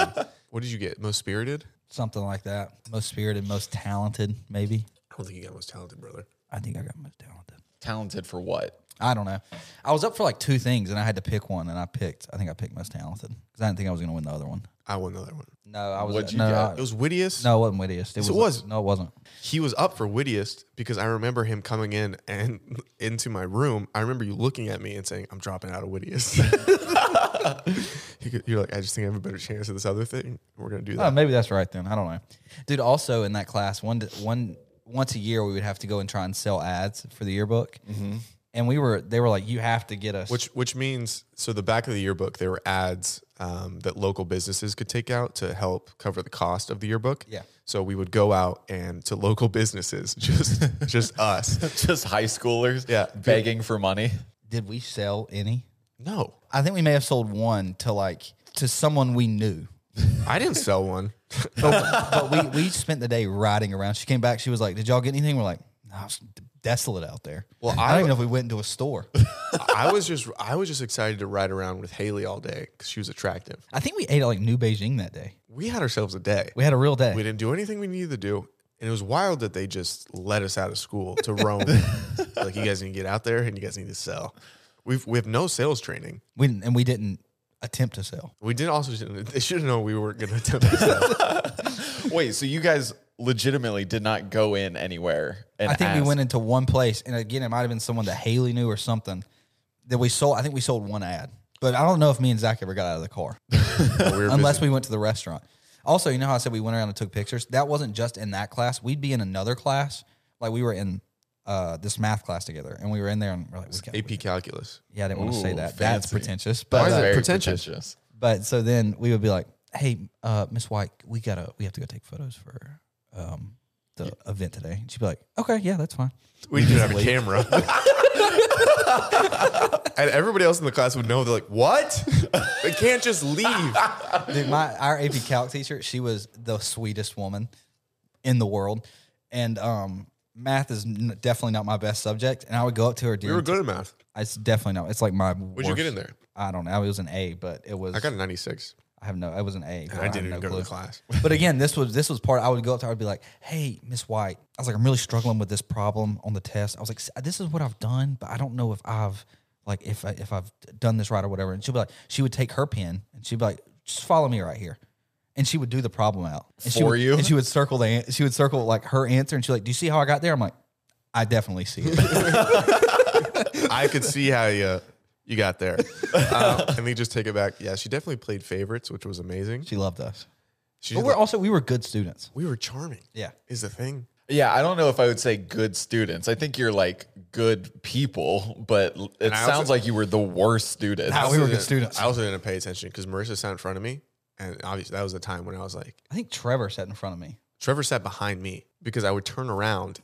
[SPEAKER 1] What did you get? Most spirited?
[SPEAKER 3] something like that. Most spirited, most talented, maybe.
[SPEAKER 1] I don't think you got most talented, brother.
[SPEAKER 3] I think I got most talented.
[SPEAKER 2] talented for what?
[SPEAKER 3] I don't know. I was up for like two things, and I had to pick one, and I picked. I think I picked most talented because I didn't think I was going to win the other one.
[SPEAKER 1] I won that one.
[SPEAKER 3] No, I was.
[SPEAKER 2] What'd you
[SPEAKER 3] no,
[SPEAKER 2] get?
[SPEAKER 3] I-
[SPEAKER 1] It was wittiest.
[SPEAKER 3] no, it wasn't wittiest. It
[SPEAKER 1] Yes, it
[SPEAKER 3] was.
[SPEAKER 1] was.
[SPEAKER 3] No, it wasn't.
[SPEAKER 1] He was up for wittiest because I remember him coming in and into my room. I remember you looking at me and saying, "I'm dropping out of wittiest." You could- You're like, I just think I have a better chance at this other thing. We're gonna do
[SPEAKER 3] Oh,
[SPEAKER 1] that.
[SPEAKER 3] maybe that's right then. I don't know, dude. Also in that class, one one once a year we would have to go and try and sell ads for the yearbook, and we were they were like, you have to get us.
[SPEAKER 1] Which which means so the back of the yearbook there were ads um, that local businesses could take out to help cover the cost of the yearbook.
[SPEAKER 3] Yeah.
[SPEAKER 1] So we would go out and to local businesses, just just us.
[SPEAKER 2] Just high schoolers
[SPEAKER 1] Yeah.
[SPEAKER 2] begging for money.
[SPEAKER 3] did we sell any?
[SPEAKER 1] No,
[SPEAKER 3] I think we may have sold one to like to someone we knew.
[SPEAKER 1] I didn't sell one.
[SPEAKER 3] but, but we we spent the day riding around. She came back. She was like, "Did y'all get anything?" We're like, "Nah, it's desolate out there." Well, I,
[SPEAKER 1] I-
[SPEAKER 3] don't even know if we went into a store.
[SPEAKER 1] I was just I was just excited to ride around with Haley all day because she was attractive.
[SPEAKER 3] I think we ate at like New Beijing that day.
[SPEAKER 1] We had ourselves a day.
[SPEAKER 3] We had a real day.
[SPEAKER 1] We didn't do anything we needed to do. And it was wild that they just let us out of school to roam. like you guys need to get out there and you guys need to sell. We've we have no sales training.
[SPEAKER 3] We didn't, and we didn't attempt to sell.
[SPEAKER 1] We did also they should have known we weren't gonna attempt to sell.
[SPEAKER 2] Wait, so you guys legitimately did not go in anywhere? And
[SPEAKER 3] I think we
[SPEAKER 2] ask-
[SPEAKER 3] went into one place, and again, it might have been someone that Haley knew or something that we sold. I think we sold one ad, but I don't know if me and Zach ever got out of the car
[SPEAKER 1] we were
[SPEAKER 3] unless
[SPEAKER 1] busy.
[SPEAKER 3] we went to the restaurant. Also, you know how I said we went around and took pictures? That wasn't just in that class. We'd be in another class, like we were in uh, this math class together, and we were in there, and we're like, we got,
[SPEAKER 1] AP calculus.
[SPEAKER 3] yeah, I didn't want to say
[SPEAKER 2] Ooh,
[SPEAKER 3] that. That's
[SPEAKER 2] fancy.
[SPEAKER 3] pretentious,
[SPEAKER 1] Why
[SPEAKER 3] but
[SPEAKER 1] is
[SPEAKER 3] uh,
[SPEAKER 1] it
[SPEAKER 2] Very
[SPEAKER 1] pretentious?
[SPEAKER 2] pretentious.
[SPEAKER 3] but so then we would be like, "Hey, uh, Miss White, we gotta we have to go take photos for um, the event today." And she'd be like, "Okay, yeah, that's fine."
[SPEAKER 1] We didn't have a camera. and everybody else in the class would know. They're like, "What? they can't just leave."
[SPEAKER 3] Dude, my our AP Calc teacher, she was the sweetest woman in the world, and um, math is n- definitely not my best subject. And I would go up to her, dude.
[SPEAKER 1] We were good at math.
[SPEAKER 3] It's definitely not. It's like my.
[SPEAKER 1] What'd you get in there?
[SPEAKER 3] I don't know. I was an A, but it was.
[SPEAKER 1] I got a ninety-six.
[SPEAKER 3] I have no. I was an A. but
[SPEAKER 1] I didn't
[SPEAKER 3] have
[SPEAKER 1] even
[SPEAKER 3] no
[SPEAKER 1] go to the
[SPEAKER 3] clue.
[SPEAKER 1] class.
[SPEAKER 3] But again, this was this was part. I would go up to her. I'd be like, "Hey, Miss White, I was like, I'm really struggling with this problem on the test. I was like, "S- this is what I've done, but I don't know if I've like if I, if I've done this right or whatever." And she'd be like, she would take her pen and she'd be like, "Just follow me right here," and she would do the problem out and she
[SPEAKER 2] For
[SPEAKER 3] would,
[SPEAKER 2] you?
[SPEAKER 3] And she would circle the an- she would circle like her answer, and she's like, "Do you see how I got there?" I'm like, "I definitely see it."
[SPEAKER 1] I could see how you you got there. Um, and they just take it back. Yeah, she definitely played favorites, which was amazing.
[SPEAKER 3] she loved us,
[SPEAKER 1] She,
[SPEAKER 3] but we're also we were good students.
[SPEAKER 1] we were charming.
[SPEAKER 3] Yeah.
[SPEAKER 1] is the thing.
[SPEAKER 2] Yeah, I don't know if I would say good students. I think you're like good people, but l- it
[SPEAKER 1] I
[SPEAKER 2] sounds
[SPEAKER 1] also-
[SPEAKER 2] like you were the worst student.
[SPEAKER 3] Nah,
[SPEAKER 1] I
[SPEAKER 3] we were
[SPEAKER 1] also
[SPEAKER 3] good
[SPEAKER 1] didn't-
[SPEAKER 3] students.
[SPEAKER 1] I also didn't pay attention because Marissa sat in front of me, and obviously that was the time when I was like,
[SPEAKER 3] I think Trevor sat in front of me.
[SPEAKER 1] Trevor sat behind me because I would turn around.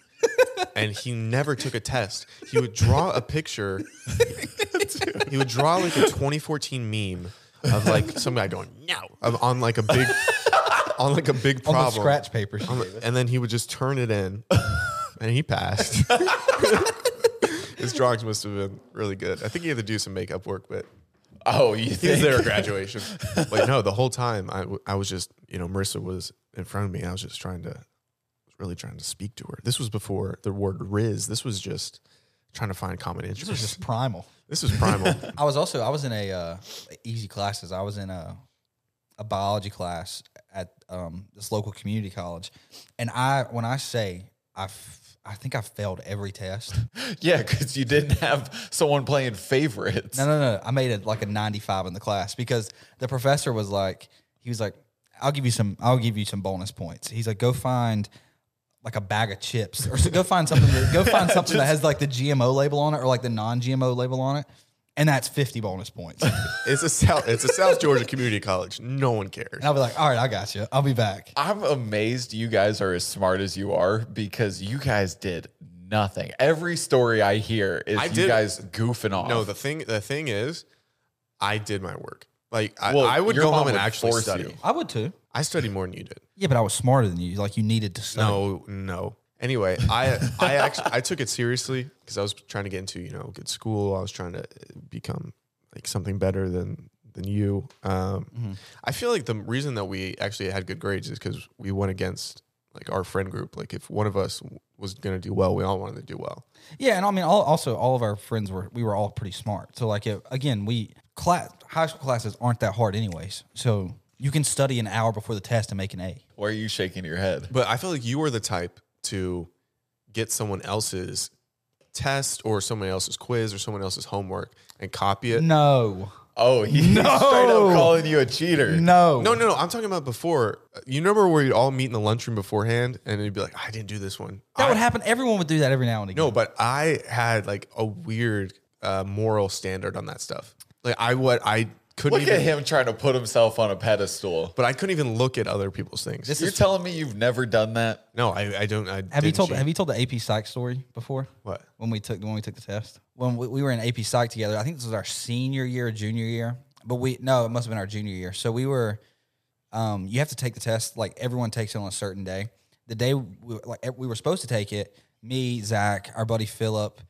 [SPEAKER 1] And he never took a test. He would draw a picture. he would draw like a 2014 meme of like some guy going no of- on like a big on like a big problem
[SPEAKER 3] On the scratch paper, she
[SPEAKER 1] Um,
[SPEAKER 3] gave us.
[SPEAKER 1] and then he would just turn it in, and he passed. His drawings must have been really good. I think he had to do some makeup work, but
[SPEAKER 2] Oh, you
[SPEAKER 1] he was
[SPEAKER 2] think?
[SPEAKER 1] there at graduation. Wait, no, the whole time I, w- I was just, you know, Marissa was in front of me. I was just trying to, was really trying to speak to her. This was before the word Riz. This was just trying to find common
[SPEAKER 3] This was
[SPEAKER 1] interest.
[SPEAKER 3] just primal.
[SPEAKER 1] This was primal.
[SPEAKER 3] I was also I was in a uh, easy classes. I was in a a biology class at um, this local community college, and I when I say I f- I think I failed every test.
[SPEAKER 2] Yeah, because you didn't have someone playing favorites.
[SPEAKER 3] No, no, no. I made it like a ninety five in the class because the professor was like, he was like, I'll give you some, I'll give you some bonus points. He's like, go find like a bag of chips or so go find something that, go find something that has like the GMO label on it or like the non GMO label on it, and that's fifty bonus points.
[SPEAKER 1] it's a South, it's a South Georgia community college. No one cares.
[SPEAKER 3] And I'll be like, all right, I got you. I'll be back.
[SPEAKER 2] I'm amazed you guys are as smart as you are because you guys did nothing. Every story I hear is
[SPEAKER 1] I
[SPEAKER 2] you
[SPEAKER 1] did-
[SPEAKER 2] guys goofing off.
[SPEAKER 1] No, the thing the thing is, I did my work. Like I,
[SPEAKER 2] Well,
[SPEAKER 1] I would
[SPEAKER 2] your
[SPEAKER 1] go
[SPEAKER 2] mom
[SPEAKER 1] home and
[SPEAKER 2] would
[SPEAKER 1] actually
[SPEAKER 2] force
[SPEAKER 1] study.
[SPEAKER 2] you.
[SPEAKER 3] I would too.
[SPEAKER 1] I studied more than you did.
[SPEAKER 3] Yeah, but I was smarter than you. Like you needed to study.
[SPEAKER 1] No, no. Anyway, I I actually I took it seriously because I was trying to get into you know good school. I was trying to uh, become like something better than than you. Um, I feel like the reason that we actually had good grades is because we went against like our friend group. Like if one of us was going to do well, we all wanted to do well.
[SPEAKER 3] Yeah, and I mean, all, also all of our friends were we were all pretty smart. So like, if, again, we class high school classes aren't that hard, anyways. So you can study an hour before the test and make an A.
[SPEAKER 2] Why are you shaking your head?
[SPEAKER 1] But I feel like you were the type to get someone Uh, else's test or someone else's quiz or someone else's homework and copy it.
[SPEAKER 3] No,
[SPEAKER 2] Oh, he's
[SPEAKER 3] No.
[SPEAKER 2] straight up calling you a cheater.
[SPEAKER 3] No.
[SPEAKER 1] No, no, no. I'm talking about before. You remember where you'd all meet in the lunchroom beforehand, and you'd be like, "I didn't do this one."
[SPEAKER 3] That
[SPEAKER 1] I,
[SPEAKER 3] would happen. Everyone would do that every now and again.
[SPEAKER 1] No, but I had like a weird uh, moral standard on that stuff. Like I what I couldn't
[SPEAKER 2] Look
[SPEAKER 1] even,
[SPEAKER 2] at him trying to put himself on a pedestal.
[SPEAKER 1] but I couldn't even look at other people's things.
[SPEAKER 2] You're telling me you've never done that?
[SPEAKER 1] no, I, I don't. I
[SPEAKER 3] Have you
[SPEAKER 1] didn't
[SPEAKER 3] told
[SPEAKER 1] cheat.
[SPEAKER 3] Have you told the AP Psych story before?
[SPEAKER 1] What?
[SPEAKER 3] When we took when we took the test when we, we were in AP Psych together. I think this was our senior year, or junior year. But we no, it must have been our junior year. So we were. Um, you have to take the test. Like everyone takes it on a certain day. The day we, like we were supposed to take it, me, Zach, our buddy Philip,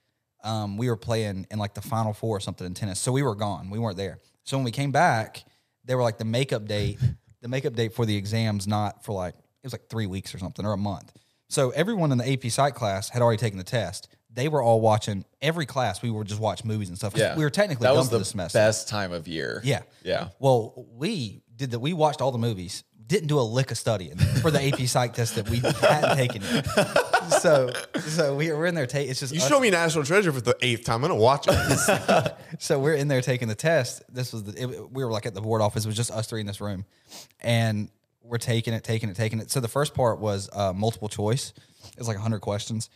[SPEAKER 3] um, we were playing in like the final four or something in tennis. So we were gone. We weren't there. So when we came back, they were like the makeup date, the makeup date for the exams, not for like it was like three weeks or something or a month. So everyone in the AP Psych class had already taken the test. They were all watching every class. We were just watch movies and stuff. 'cause
[SPEAKER 2] Yeah,
[SPEAKER 3] we were technically
[SPEAKER 2] that
[SPEAKER 3] done
[SPEAKER 2] was
[SPEAKER 3] for
[SPEAKER 2] the
[SPEAKER 3] the semester.
[SPEAKER 2] best time of year.
[SPEAKER 3] Yeah.
[SPEAKER 2] yeah.
[SPEAKER 3] Well, we did that. We watched all the movies. Didn't do a lick of studying for the AP Psych test that we hadn't taken. Yet. So, so we were in there. Ta- it's just
[SPEAKER 1] You
[SPEAKER 3] us-
[SPEAKER 1] show me National Treasure for the eighth time. I'm gonna watch it.
[SPEAKER 3] so we're in there taking the test. This was the, it, we were like at the board office. It was just us three in this room, and we're taking it, taking it, taking it. So the first part was uh, multiple choice. It's like hundred questions,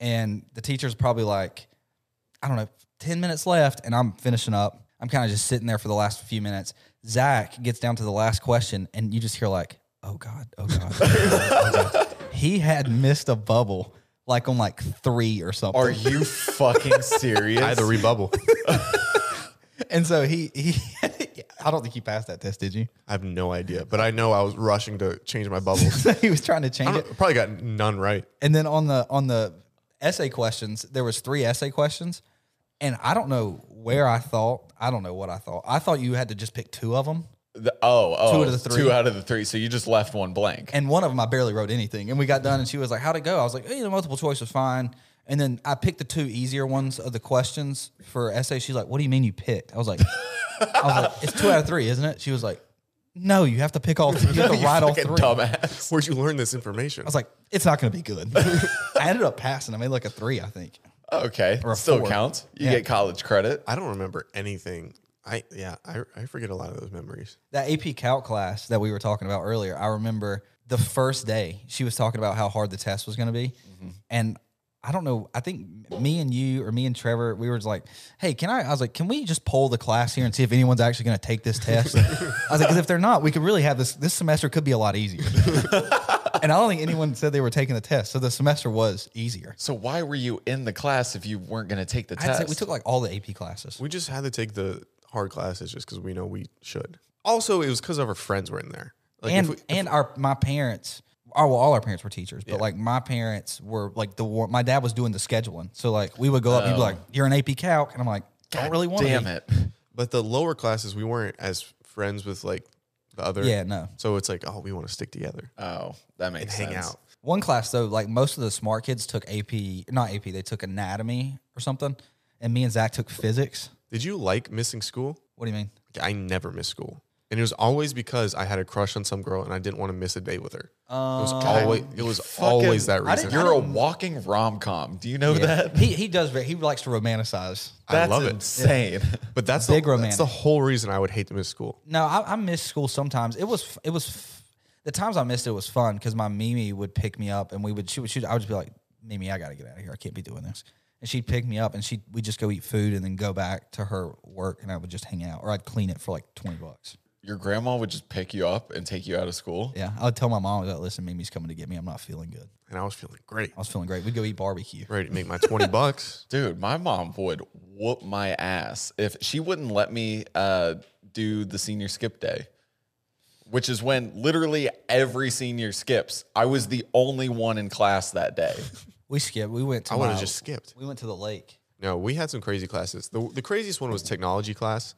[SPEAKER 3] and the teacher's probably like, I don't know, ten minutes left, and I'm finishing up. I'm kind of just sitting there for the last few minutes. Zach gets down to the last question, and you just hear like, "Oh God, oh God." oh God." He had missed a bubble, like on like three or something.
[SPEAKER 2] Are you fucking serious?
[SPEAKER 1] I had to rebubble.
[SPEAKER 3] And so he he I don't think he passed that test, did you?
[SPEAKER 1] I have no idea, but I know I was rushing to change my bubbles.
[SPEAKER 3] So he was trying to
[SPEAKER 1] I
[SPEAKER 3] change it.
[SPEAKER 1] don't- probably got none right.
[SPEAKER 3] And then on the on the essay questions, there was three essay questions. And I don't know where I thought, I don't know what I thought. I thought you had to just pick two of them.
[SPEAKER 2] The- oh, oh,
[SPEAKER 3] Two out of the three.
[SPEAKER 2] Two out of the three. So you just left one blank.
[SPEAKER 3] And one of them I barely wrote anything. And we got done and she was like, How'd it go? I was like, "Eh, the multiple choice was fine. And then I picked the two easier ones of the questions for essay. She's like, What do you mean you picked? I was like, I was like, it's two out of three, isn't it? She was like, No, you have to pick all three. You have to
[SPEAKER 2] You
[SPEAKER 3] write all
[SPEAKER 2] fucking
[SPEAKER 3] three.
[SPEAKER 2] dumbass.
[SPEAKER 1] Where'd you learn this information?
[SPEAKER 3] I was like, it's not going to be good. I ended up passing. I made like a three, I think.
[SPEAKER 2] Okay,
[SPEAKER 3] a
[SPEAKER 2] still
[SPEAKER 3] four.
[SPEAKER 2] counts. You
[SPEAKER 3] Yeah.
[SPEAKER 2] get college credit.
[SPEAKER 1] I don't remember anything. I yeah, I, I forget a lot of those memories.
[SPEAKER 3] That AP Calc class that we were talking about earlier, I remember the first day she was talking about how hard the test was going to be. And I don't know, I think me and you or me and Trevor, we were just like, hey, can I? I was like, can we just poll the class here and see if anyone's actually going to take this test? I was like, because if they're not, we could really have this, this semester could be a lot easier. and I don't think anyone said they were taking the test. So the semester was easier.
[SPEAKER 2] So why were you in the class if you weren't going to take the
[SPEAKER 3] I'd
[SPEAKER 2] test?
[SPEAKER 3] say we took like all the AP classes.
[SPEAKER 1] We just had to take the hard classes just because we know we should. Also, it was because our friends were in there. Like
[SPEAKER 3] and
[SPEAKER 1] if we,
[SPEAKER 3] and our my parents, oh well, all our parents were teachers, but like my parents were like the one. My dad was doing the scheduling, so like we would go up, he'd be
[SPEAKER 1] Oh.
[SPEAKER 3] like, "You're an AP Calc," and I'm like, "Don't really want
[SPEAKER 2] Damn
[SPEAKER 3] to."
[SPEAKER 2] it.
[SPEAKER 1] but the lower classes, we weren't as friends with like the other.
[SPEAKER 3] Yeah, no.
[SPEAKER 1] So it's like, oh, we want to stick together
[SPEAKER 2] Oh, that
[SPEAKER 1] and
[SPEAKER 2] makes
[SPEAKER 1] hang
[SPEAKER 2] sense.
[SPEAKER 1] out.
[SPEAKER 3] One class though, like most of the smart kids took AP, not AP, they took anatomy or something, and me and Zach took physics.
[SPEAKER 1] Did you like missing school?
[SPEAKER 3] What do you mean?
[SPEAKER 1] Like, I never missed school. And it was always because I had a crush on some girl and I didn't want to miss a day with her. it was
[SPEAKER 3] Um,
[SPEAKER 1] always it was always that
[SPEAKER 2] Fucking-
[SPEAKER 1] reason.
[SPEAKER 2] You're a walking rom com. Do you know that?
[SPEAKER 3] He he does very- he likes to romanticize.
[SPEAKER 1] I
[SPEAKER 2] That's
[SPEAKER 1] love it.
[SPEAKER 2] insane.
[SPEAKER 1] But that's
[SPEAKER 3] Big
[SPEAKER 1] the, that's
[SPEAKER 3] romantic.
[SPEAKER 1] the whole reason I would hate to miss school.
[SPEAKER 3] No, I, I miss school sometimes. It was f- it was f- the times I missed it was fun because my Mimi would pick me up and we would she would shoot. I would just be like, Mimi, I gotta get out of here. I can't be doing this. And she'd pick me up and she we'd just go eat food and then go back to her work and I would just hang out or I'd clean it for like twenty bucks.
[SPEAKER 2] Your grandma would just pick you up and take you out of school.
[SPEAKER 3] Yeah, I would tell my mom, I'd be like, listen, Mimi's coming to get me. I'm not feeling good.
[SPEAKER 1] And I was feeling great.
[SPEAKER 3] I was feeling great. We'd go eat barbecue.
[SPEAKER 1] Ready to make my 20 bucks.
[SPEAKER 2] Dude, my mom would whoop my ass if she wouldn't let me uh, do the senior skip day, which is when literally every senior skips. I was the only one in class that day.
[SPEAKER 3] We skipped. We went to
[SPEAKER 1] I would have
[SPEAKER 3] my-
[SPEAKER 1] just skipped.
[SPEAKER 3] We went to the lake.
[SPEAKER 1] No, we had some crazy classes. The, the craziest one was technology class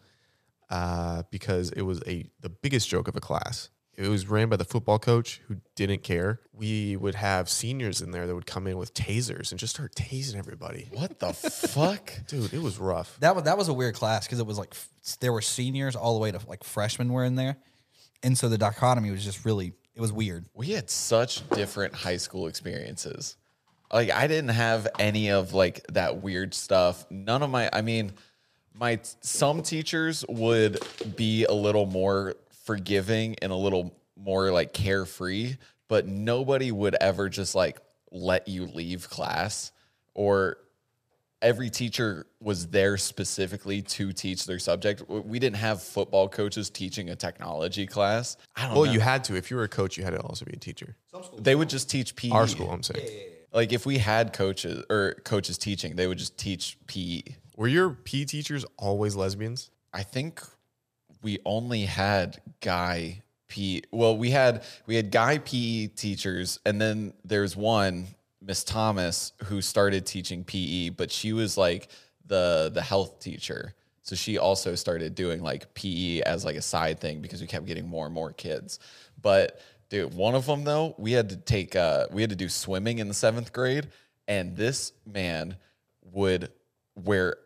[SPEAKER 1] uh, because it was a the biggest joke of a class. It was ran by the football coach who didn't care. We would have seniors in there that would come in with tasers and just start tasing everybody.
[SPEAKER 2] What the fuck?
[SPEAKER 1] Dude, it was rough.
[SPEAKER 3] That was that was a weird class because it was like f- there were seniors all the way to like freshmen were in there, and so the dichotomy was just really it was weird.
[SPEAKER 2] we had such different high school experiences like i didn't have any of like that weird stuff none of my i mean my t- some teachers would be a little more forgiving and a little more like carefree, but nobody would ever just like let you leave class or every teacher was there specifically to teach their subject. W- We didn't have football coaches teaching a technology class. I don't
[SPEAKER 1] Well,
[SPEAKER 2] know.
[SPEAKER 1] you had to. If you were a coach, you had to also be a teacher.
[SPEAKER 2] they would just teach PE.
[SPEAKER 1] Our school, I'm saying.
[SPEAKER 2] Like if we had coaches or coaches teaching, they would just teach E. PE.
[SPEAKER 1] Were your PE teachers always lesbians?
[SPEAKER 2] I think we only had guy P. Well, we had we had guy PE teachers, and then there's one Miss Thomas who started teaching PE, but she was like the the health teacher, so she also started doing like PE as like a side thing because we kept getting more and more kids. But dude, one of them though, we had to take uh, we had to do swimming in the seventh grade, and this man would wear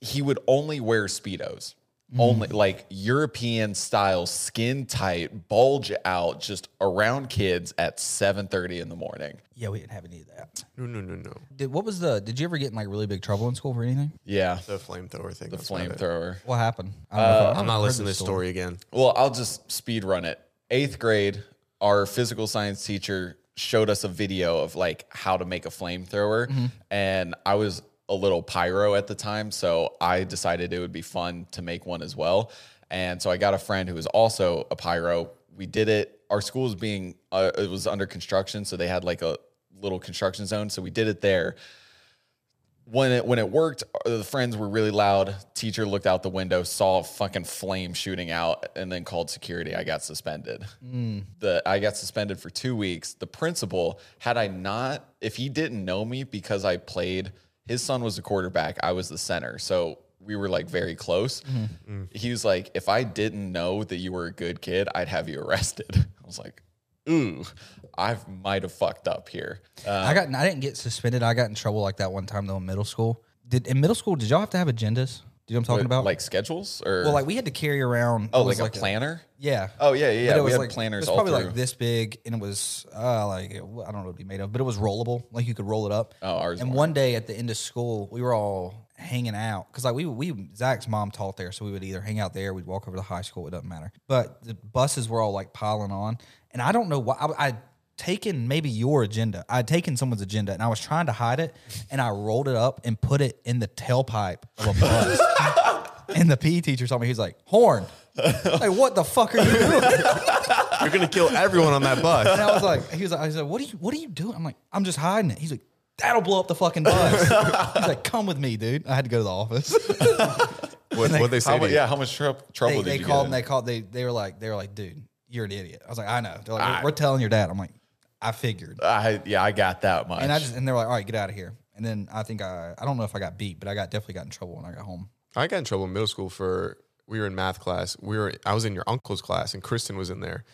[SPEAKER 2] he would only wear speedos only like european style skin tight bulge out just around kids at 7.30 in the morning
[SPEAKER 3] Yeah, we didn't have any of that.
[SPEAKER 1] No, no, no, no.
[SPEAKER 3] Did what was the? Did you ever get in like really big trouble in school for anything?
[SPEAKER 2] yeah
[SPEAKER 1] The flamethrower thing.
[SPEAKER 2] the
[SPEAKER 1] that's about it.
[SPEAKER 2] flamethrower
[SPEAKER 3] What happened? I don't know if I- I
[SPEAKER 1] I'm
[SPEAKER 3] haven't
[SPEAKER 1] not
[SPEAKER 3] heard
[SPEAKER 1] listening to this story again.
[SPEAKER 2] well i'll just speed run it eighth grade our physical science teacher showed us a video of like how to make a flamethrower and i was a little pyro at the time so i decided it would be fun to make one as well and so i got a friend who was also a pyro we did it our school was being uh, it was under construction so they had like a little construction zone so we did it there when it when it worked, uh, the friends were really loud. Teacher looked out the window, saw a fucking flame shooting out, and then called security. I got suspended.
[SPEAKER 3] Hmm.
[SPEAKER 2] The I got suspended for two weeks. The principal, had I not, if he didn't know me because I played, his son was the quarterback, I was the center, so we were like very close.
[SPEAKER 3] Mm-hmm.
[SPEAKER 2] He was like, if I didn't know that you were a good kid, I'd have you arrested. I was like, ooh, I might have fucked up here. Uh,
[SPEAKER 3] I got. I didn't get suspended. I got in trouble like that one time though in middle school. Did in middle school? Did y'all have to have agendas? Do you know what I'm talking about?
[SPEAKER 2] like schedules or
[SPEAKER 3] well, like we had to carry around.
[SPEAKER 2] Oh,
[SPEAKER 3] it was
[SPEAKER 2] like, a planner?
[SPEAKER 3] Yeah.
[SPEAKER 2] Oh yeah, yeah.
[SPEAKER 3] But
[SPEAKER 2] yeah.
[SPEAKER 3] it
[SPEAKER 2] We
[SPEAKER 3] was
[SPEAKER 2] had
[SPEAKER 3] like
[SPEAKER 2] planners
[SPEAKER 3] It was
[SPEAKER 2] all
[SPEAKER 3] probably
[SPEAKER 2] through.
[SPEAKER 3] like this big, and it was uh, like I don't know what it made of, but it was rollable. Like you could roll it up.
[SPEAKER 2] Oh, ours
[SPEAKER 3] And one day at the end of school, we were all hanging out because like we we Zach's mom taught there, so we would either hang out there, we'd walk over to high school. It doesn't matter. But the buses were all like piling on, and I don't know why I. I'd Taken maybe your agenda. I'd taken someone's agenda and I was trying to hide it and I rolled it up and put it in the tailpipe of a bus. and the PE teacher saw me. He's like, Horn. Like, what the fuck are you doing?
[SPEAKER 1] You're gonna kill everyone on that bus.
[SPEAKER 3] And I was like, he was like, I was like, what are you, what are you doing? I'm like, I'm just hiding it. He's like, that'll blow up the fucking bus. He's like, come with me, dude. I had to go to the office.
[SPEAKER 1] What
[SPEAKER 3] they-
[SPEAKER 1] what they say?
[SPEAKER 2] How,
[SPEAKER 1] to
[SPEAKER 2] mu-
[SPEAKER 1] you?
[SPEAKER 2] yeah, how much trou- trouble
[SPEAKER 3] they
[SPEAKER 2] did
[SPEAKER 3] they
[SPEAKER 2] you
[SPEAKER 3] called
[SPEAKER 2] get?
[SPEAKER 3] and
[SPEAKER 2] in?
[SPEAKER 3] they called. They they were like, they were like, dude, you're an idiot. I was like, I know. They're like, we're, we're telling your dad. I'm like, I figured.
[SPEAKER 2] I, yeah, I got that much.
[SPEAKER 3] And I just and they're like, all right, get out of here. And then I think I I don't know if I got beat, but I got definitely got in trouble when I got home.
[SPEAKER 1] I got in trouble in middle school for we were in math class. We were I was in your uncle's class and Kristen was in there.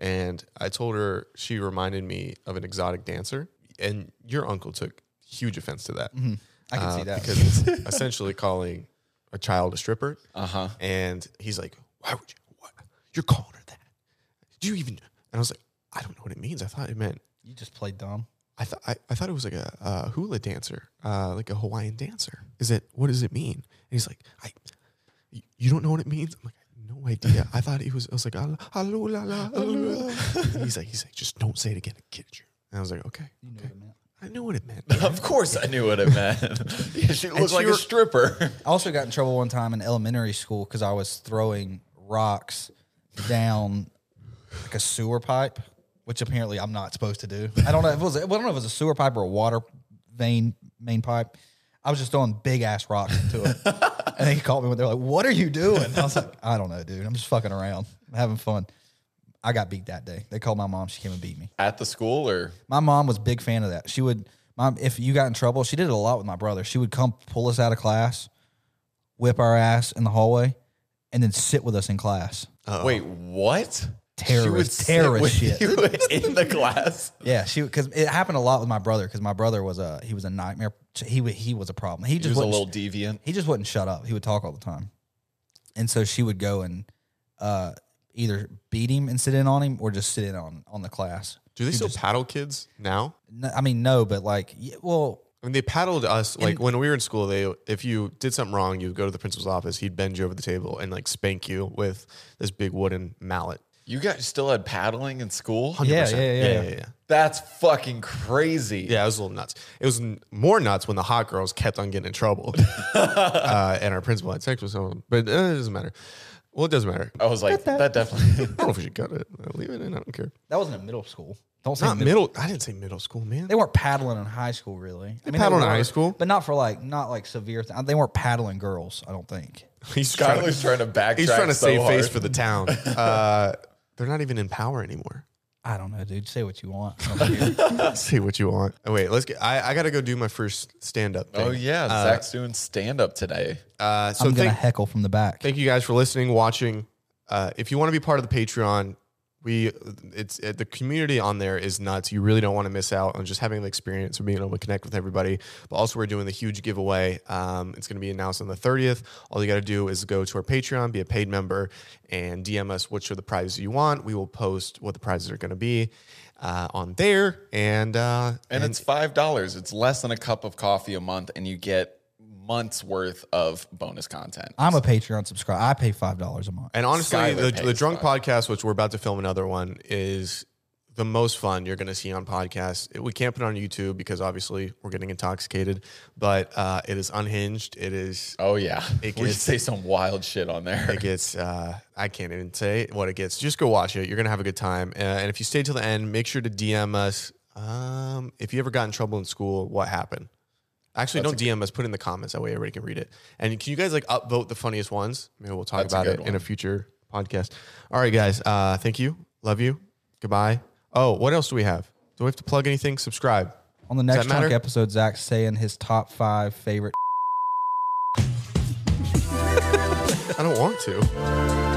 [SPEAKER 1] And I told her she reminded me of an exotic dancer. And your uncle took huge offense to that.
[SPEAKER 3] I can
[SPEAKER 1] Uh,
[SPEAKER 3] see that.
[SPEAKER 1] Because it's essentially calling a child a stripper.
[SPEAKER 2] Uh-huh.
[SPEAKER 1] And he's like, Why would you what you're calling her that? Do you even and I was like, I don't know what it means. I thought it meant
[SPEAKER 3] you just played dumb.
[SPEAKER 1] I, th- I, I thought it was like a, uh hula dancer, uh, like a Hawaiian dancer. Is it, what does it mean? And he's like, I, y- you don't know what it means? I'm like, no idea. I thought it was, I was like, "Ah, ah, loo, la, la, ah, loo, la." he's like, he's like, just don't say it again. Kid you. And I was like, okay, okay. I knew what it meant.
[SPEAKER 2] of course, I knew what it meant. yeah, she looked
[SPEAKER 1] she
[SPEAKER 2] like
[SPEAKER 1] were-
[SPEAKER 2] a stripper.
[SPEAKER 3] I also got in trouble one time in elementary school because I was throwing rocks down like a sewer pipe, which apparently I'm not supposed to do. I don't know if it was I don't know if it was a sewer pipe or a water vein main pipe. I was just throwing big ass rocks into it. and they called me when they're like, What are you doing? I was like, I don't know, dude. I'm just fucking around. I'm having fun. I got beat that day. They called my mom, she came and beat me.
[SPEAKER 2] At the school or
[SPEAKER 3] My mom was a big fan of that. She would, mom, if you got in trouble, she did it a lot with my brother. She would come pull us out of class, whip our ass in the hallway, and then sit with us in class.
[SPEAKER 2] wait, what? She would
[SPEAKER 3] Terrorist,
[SPEAKER 2] sit
[SPEAKER 3] terrorist
[SPEAKER 2] with
[SPEAKER 3] shit.
[SPEAKER 2] you in the class.
[SPEAKER 3] Yeah, she because it happened a lot with my brother because my brother was a he was a nightmare. He wa- he was a problem. He
[SPEAKER 2] She
[SPEAKER 3] just
[SPEAKER 2] was a
[SPEAKER 3] wouldn't-
[SPEAKER 2] little deviant.
[SPEAKER 3] he just wouldn't shut up. He would talk all the time. And so she would go and uh, either beat him and sit in on him or just sit in on on the class.
[SPEAKER 1] Do they still paddle kids now?
[SPEAKER 3] No, I mean, no, but like, y- well,
[SPEAKER 1] I mean, they paddled us like when we were in school. They, if you did something wrong, you'd go to the principal's office. He'd bend you over the table and like spank you with this big wooden mallet.
[SPEAKER 2] You guys still had paddling in school?
[SPEAKER 3] Yeah,
[SPEAKER 1] 100%.
[SPEAKER 3] yeah, yeah,
[SPEAKER 1] yeah,
[SPEAKER 3] yeah.
[SPEAKER 1] yeah, yeah.
[SPEAKER 2] That's fucking crazy.
[SPEAKER 1] Yeah, it was a little nuts. It was n- more nuts when the hot girls kept on getting in trouble, uh, and our principal had sex with someone. But uh, it doesn't matter. Well, it doesn't matter. I
[SPEAKER 2] I was like, that definitely.
[SPEAKER 1] don't know if we should cut it. Leave it in. I don't care.
[SPEAKER 3] That wasn't in middle school. Don't say
[SPEAKER 1] Not
[SPEAKER 3] middle.
[SPEAKER 1] middle. I didn't say middle school, man.
[SPEAKER 3] They weren't paddling in high school, really. I mean,
[SPEAKER 1] paddled
[SPEAKER 3] they
[SPEAKER 1] in high
[SPEAKER 3] were,
[SPEAKER 1] school.
[SPEAKER 3] but not for like not like severe. Th- they weren't paddling girls. I don't think.
[SPEAKER 1] He's trying to-
[SPEAKER 2] Skyler's trying to backtrack.
[SPEAKER 1] He's trying to
[SPEAKER 2] so
[SPEAKER 1] save
[SPEAKER 2] hard.
[SPEAKER 1] face for the town. Uh, they're not even in power anymore.
[SPEAKER 3] I don't know, dude. Say what you want. I don't care.
[SPEAKER 1] Say what you want. Oh, wait, let's get. I, I got to go do my first stand up.
[SPEAKER 2] Oh yeah, Zach's doing stand up today.
[SPEAKER 1] Uh, so
[SPEAKER 3] I'm gonna
[SPEAKER 1] thank,
[SPEAKER 3] heckle from the back.
[SPEAKER 1] thank you guys for listening, watching. Uh, if you want to be part of the Patreon, we it's uh, the community on there is nuts. You really don't want to miss out on just having the experience of being able to connect with everybody. But also, we're doing the huge giveaway. Um, it's going to be announced on the thirtieth. All you got to do is go to our Patreon, be a paid member, and DM us which are the prizes you want. We will post what the prizes are going to be uh, on there, and uh,
[SPEAKER 2] And, it's five dollars. It's less than a cup of coffee a month, and you get months worth of bonus content.
[SPEAKER 3] I'm a Patreon subscriber. I pay five dollars a month.
[SPEAKER 1] And honestly,
[SPEAKER 2] Skylar
[SPEAKER 1] the,
[SPEAKER 2] pays
[SPEAKER 1] the drunk podcast, which we're about to film another one, is the most fun you're going to see on podcasts. It- We can't put it on YouTube because obviously we're getting intoxicated, but uh, it is unhinged. It is.
[SPEAKER 2] oh yeah,
[SPEAKER 1] It
[SPEAKER 2] we
[SPEAKER 1] gets-
[SPEAKER 2] say some wild shit on there.
[SPEAKER 1] It gets. Uh, I can't even say what it gets. Just go watch it. You're gonna have a good time. Uh, and if you stay till the end, make sure to DM us. Um, if you ever got in trouble in school, what happened? Actually, don't DM us. Put it in the comments. That way, everybody can read it. And can you guys like upvote the funniest ones? Maybe we'll talk
[SPEAKER 2] That's a
[SPEAKER 1] about
[SPEAKER 2] good
[SPEAKER 1] it in a
[SPEAKER 2] one.
[SPEAKER 1] future podcast. All right, guys. Uh, thank you. Love you. Goodbye. Oh, what else do we have? Do we have to plug anything? Subscribe.
[SPEAKER 3] On the
[SPEAKER 1] Does
[SPEAKER 3] next
[SPEAKER 1] that
[SPEAKER 3] chunk
[SPEAKER 1] matter?
[SPEAKER 3] episode, Zach's saying his top five favorite.
[SPEAKER 1] I don't want to.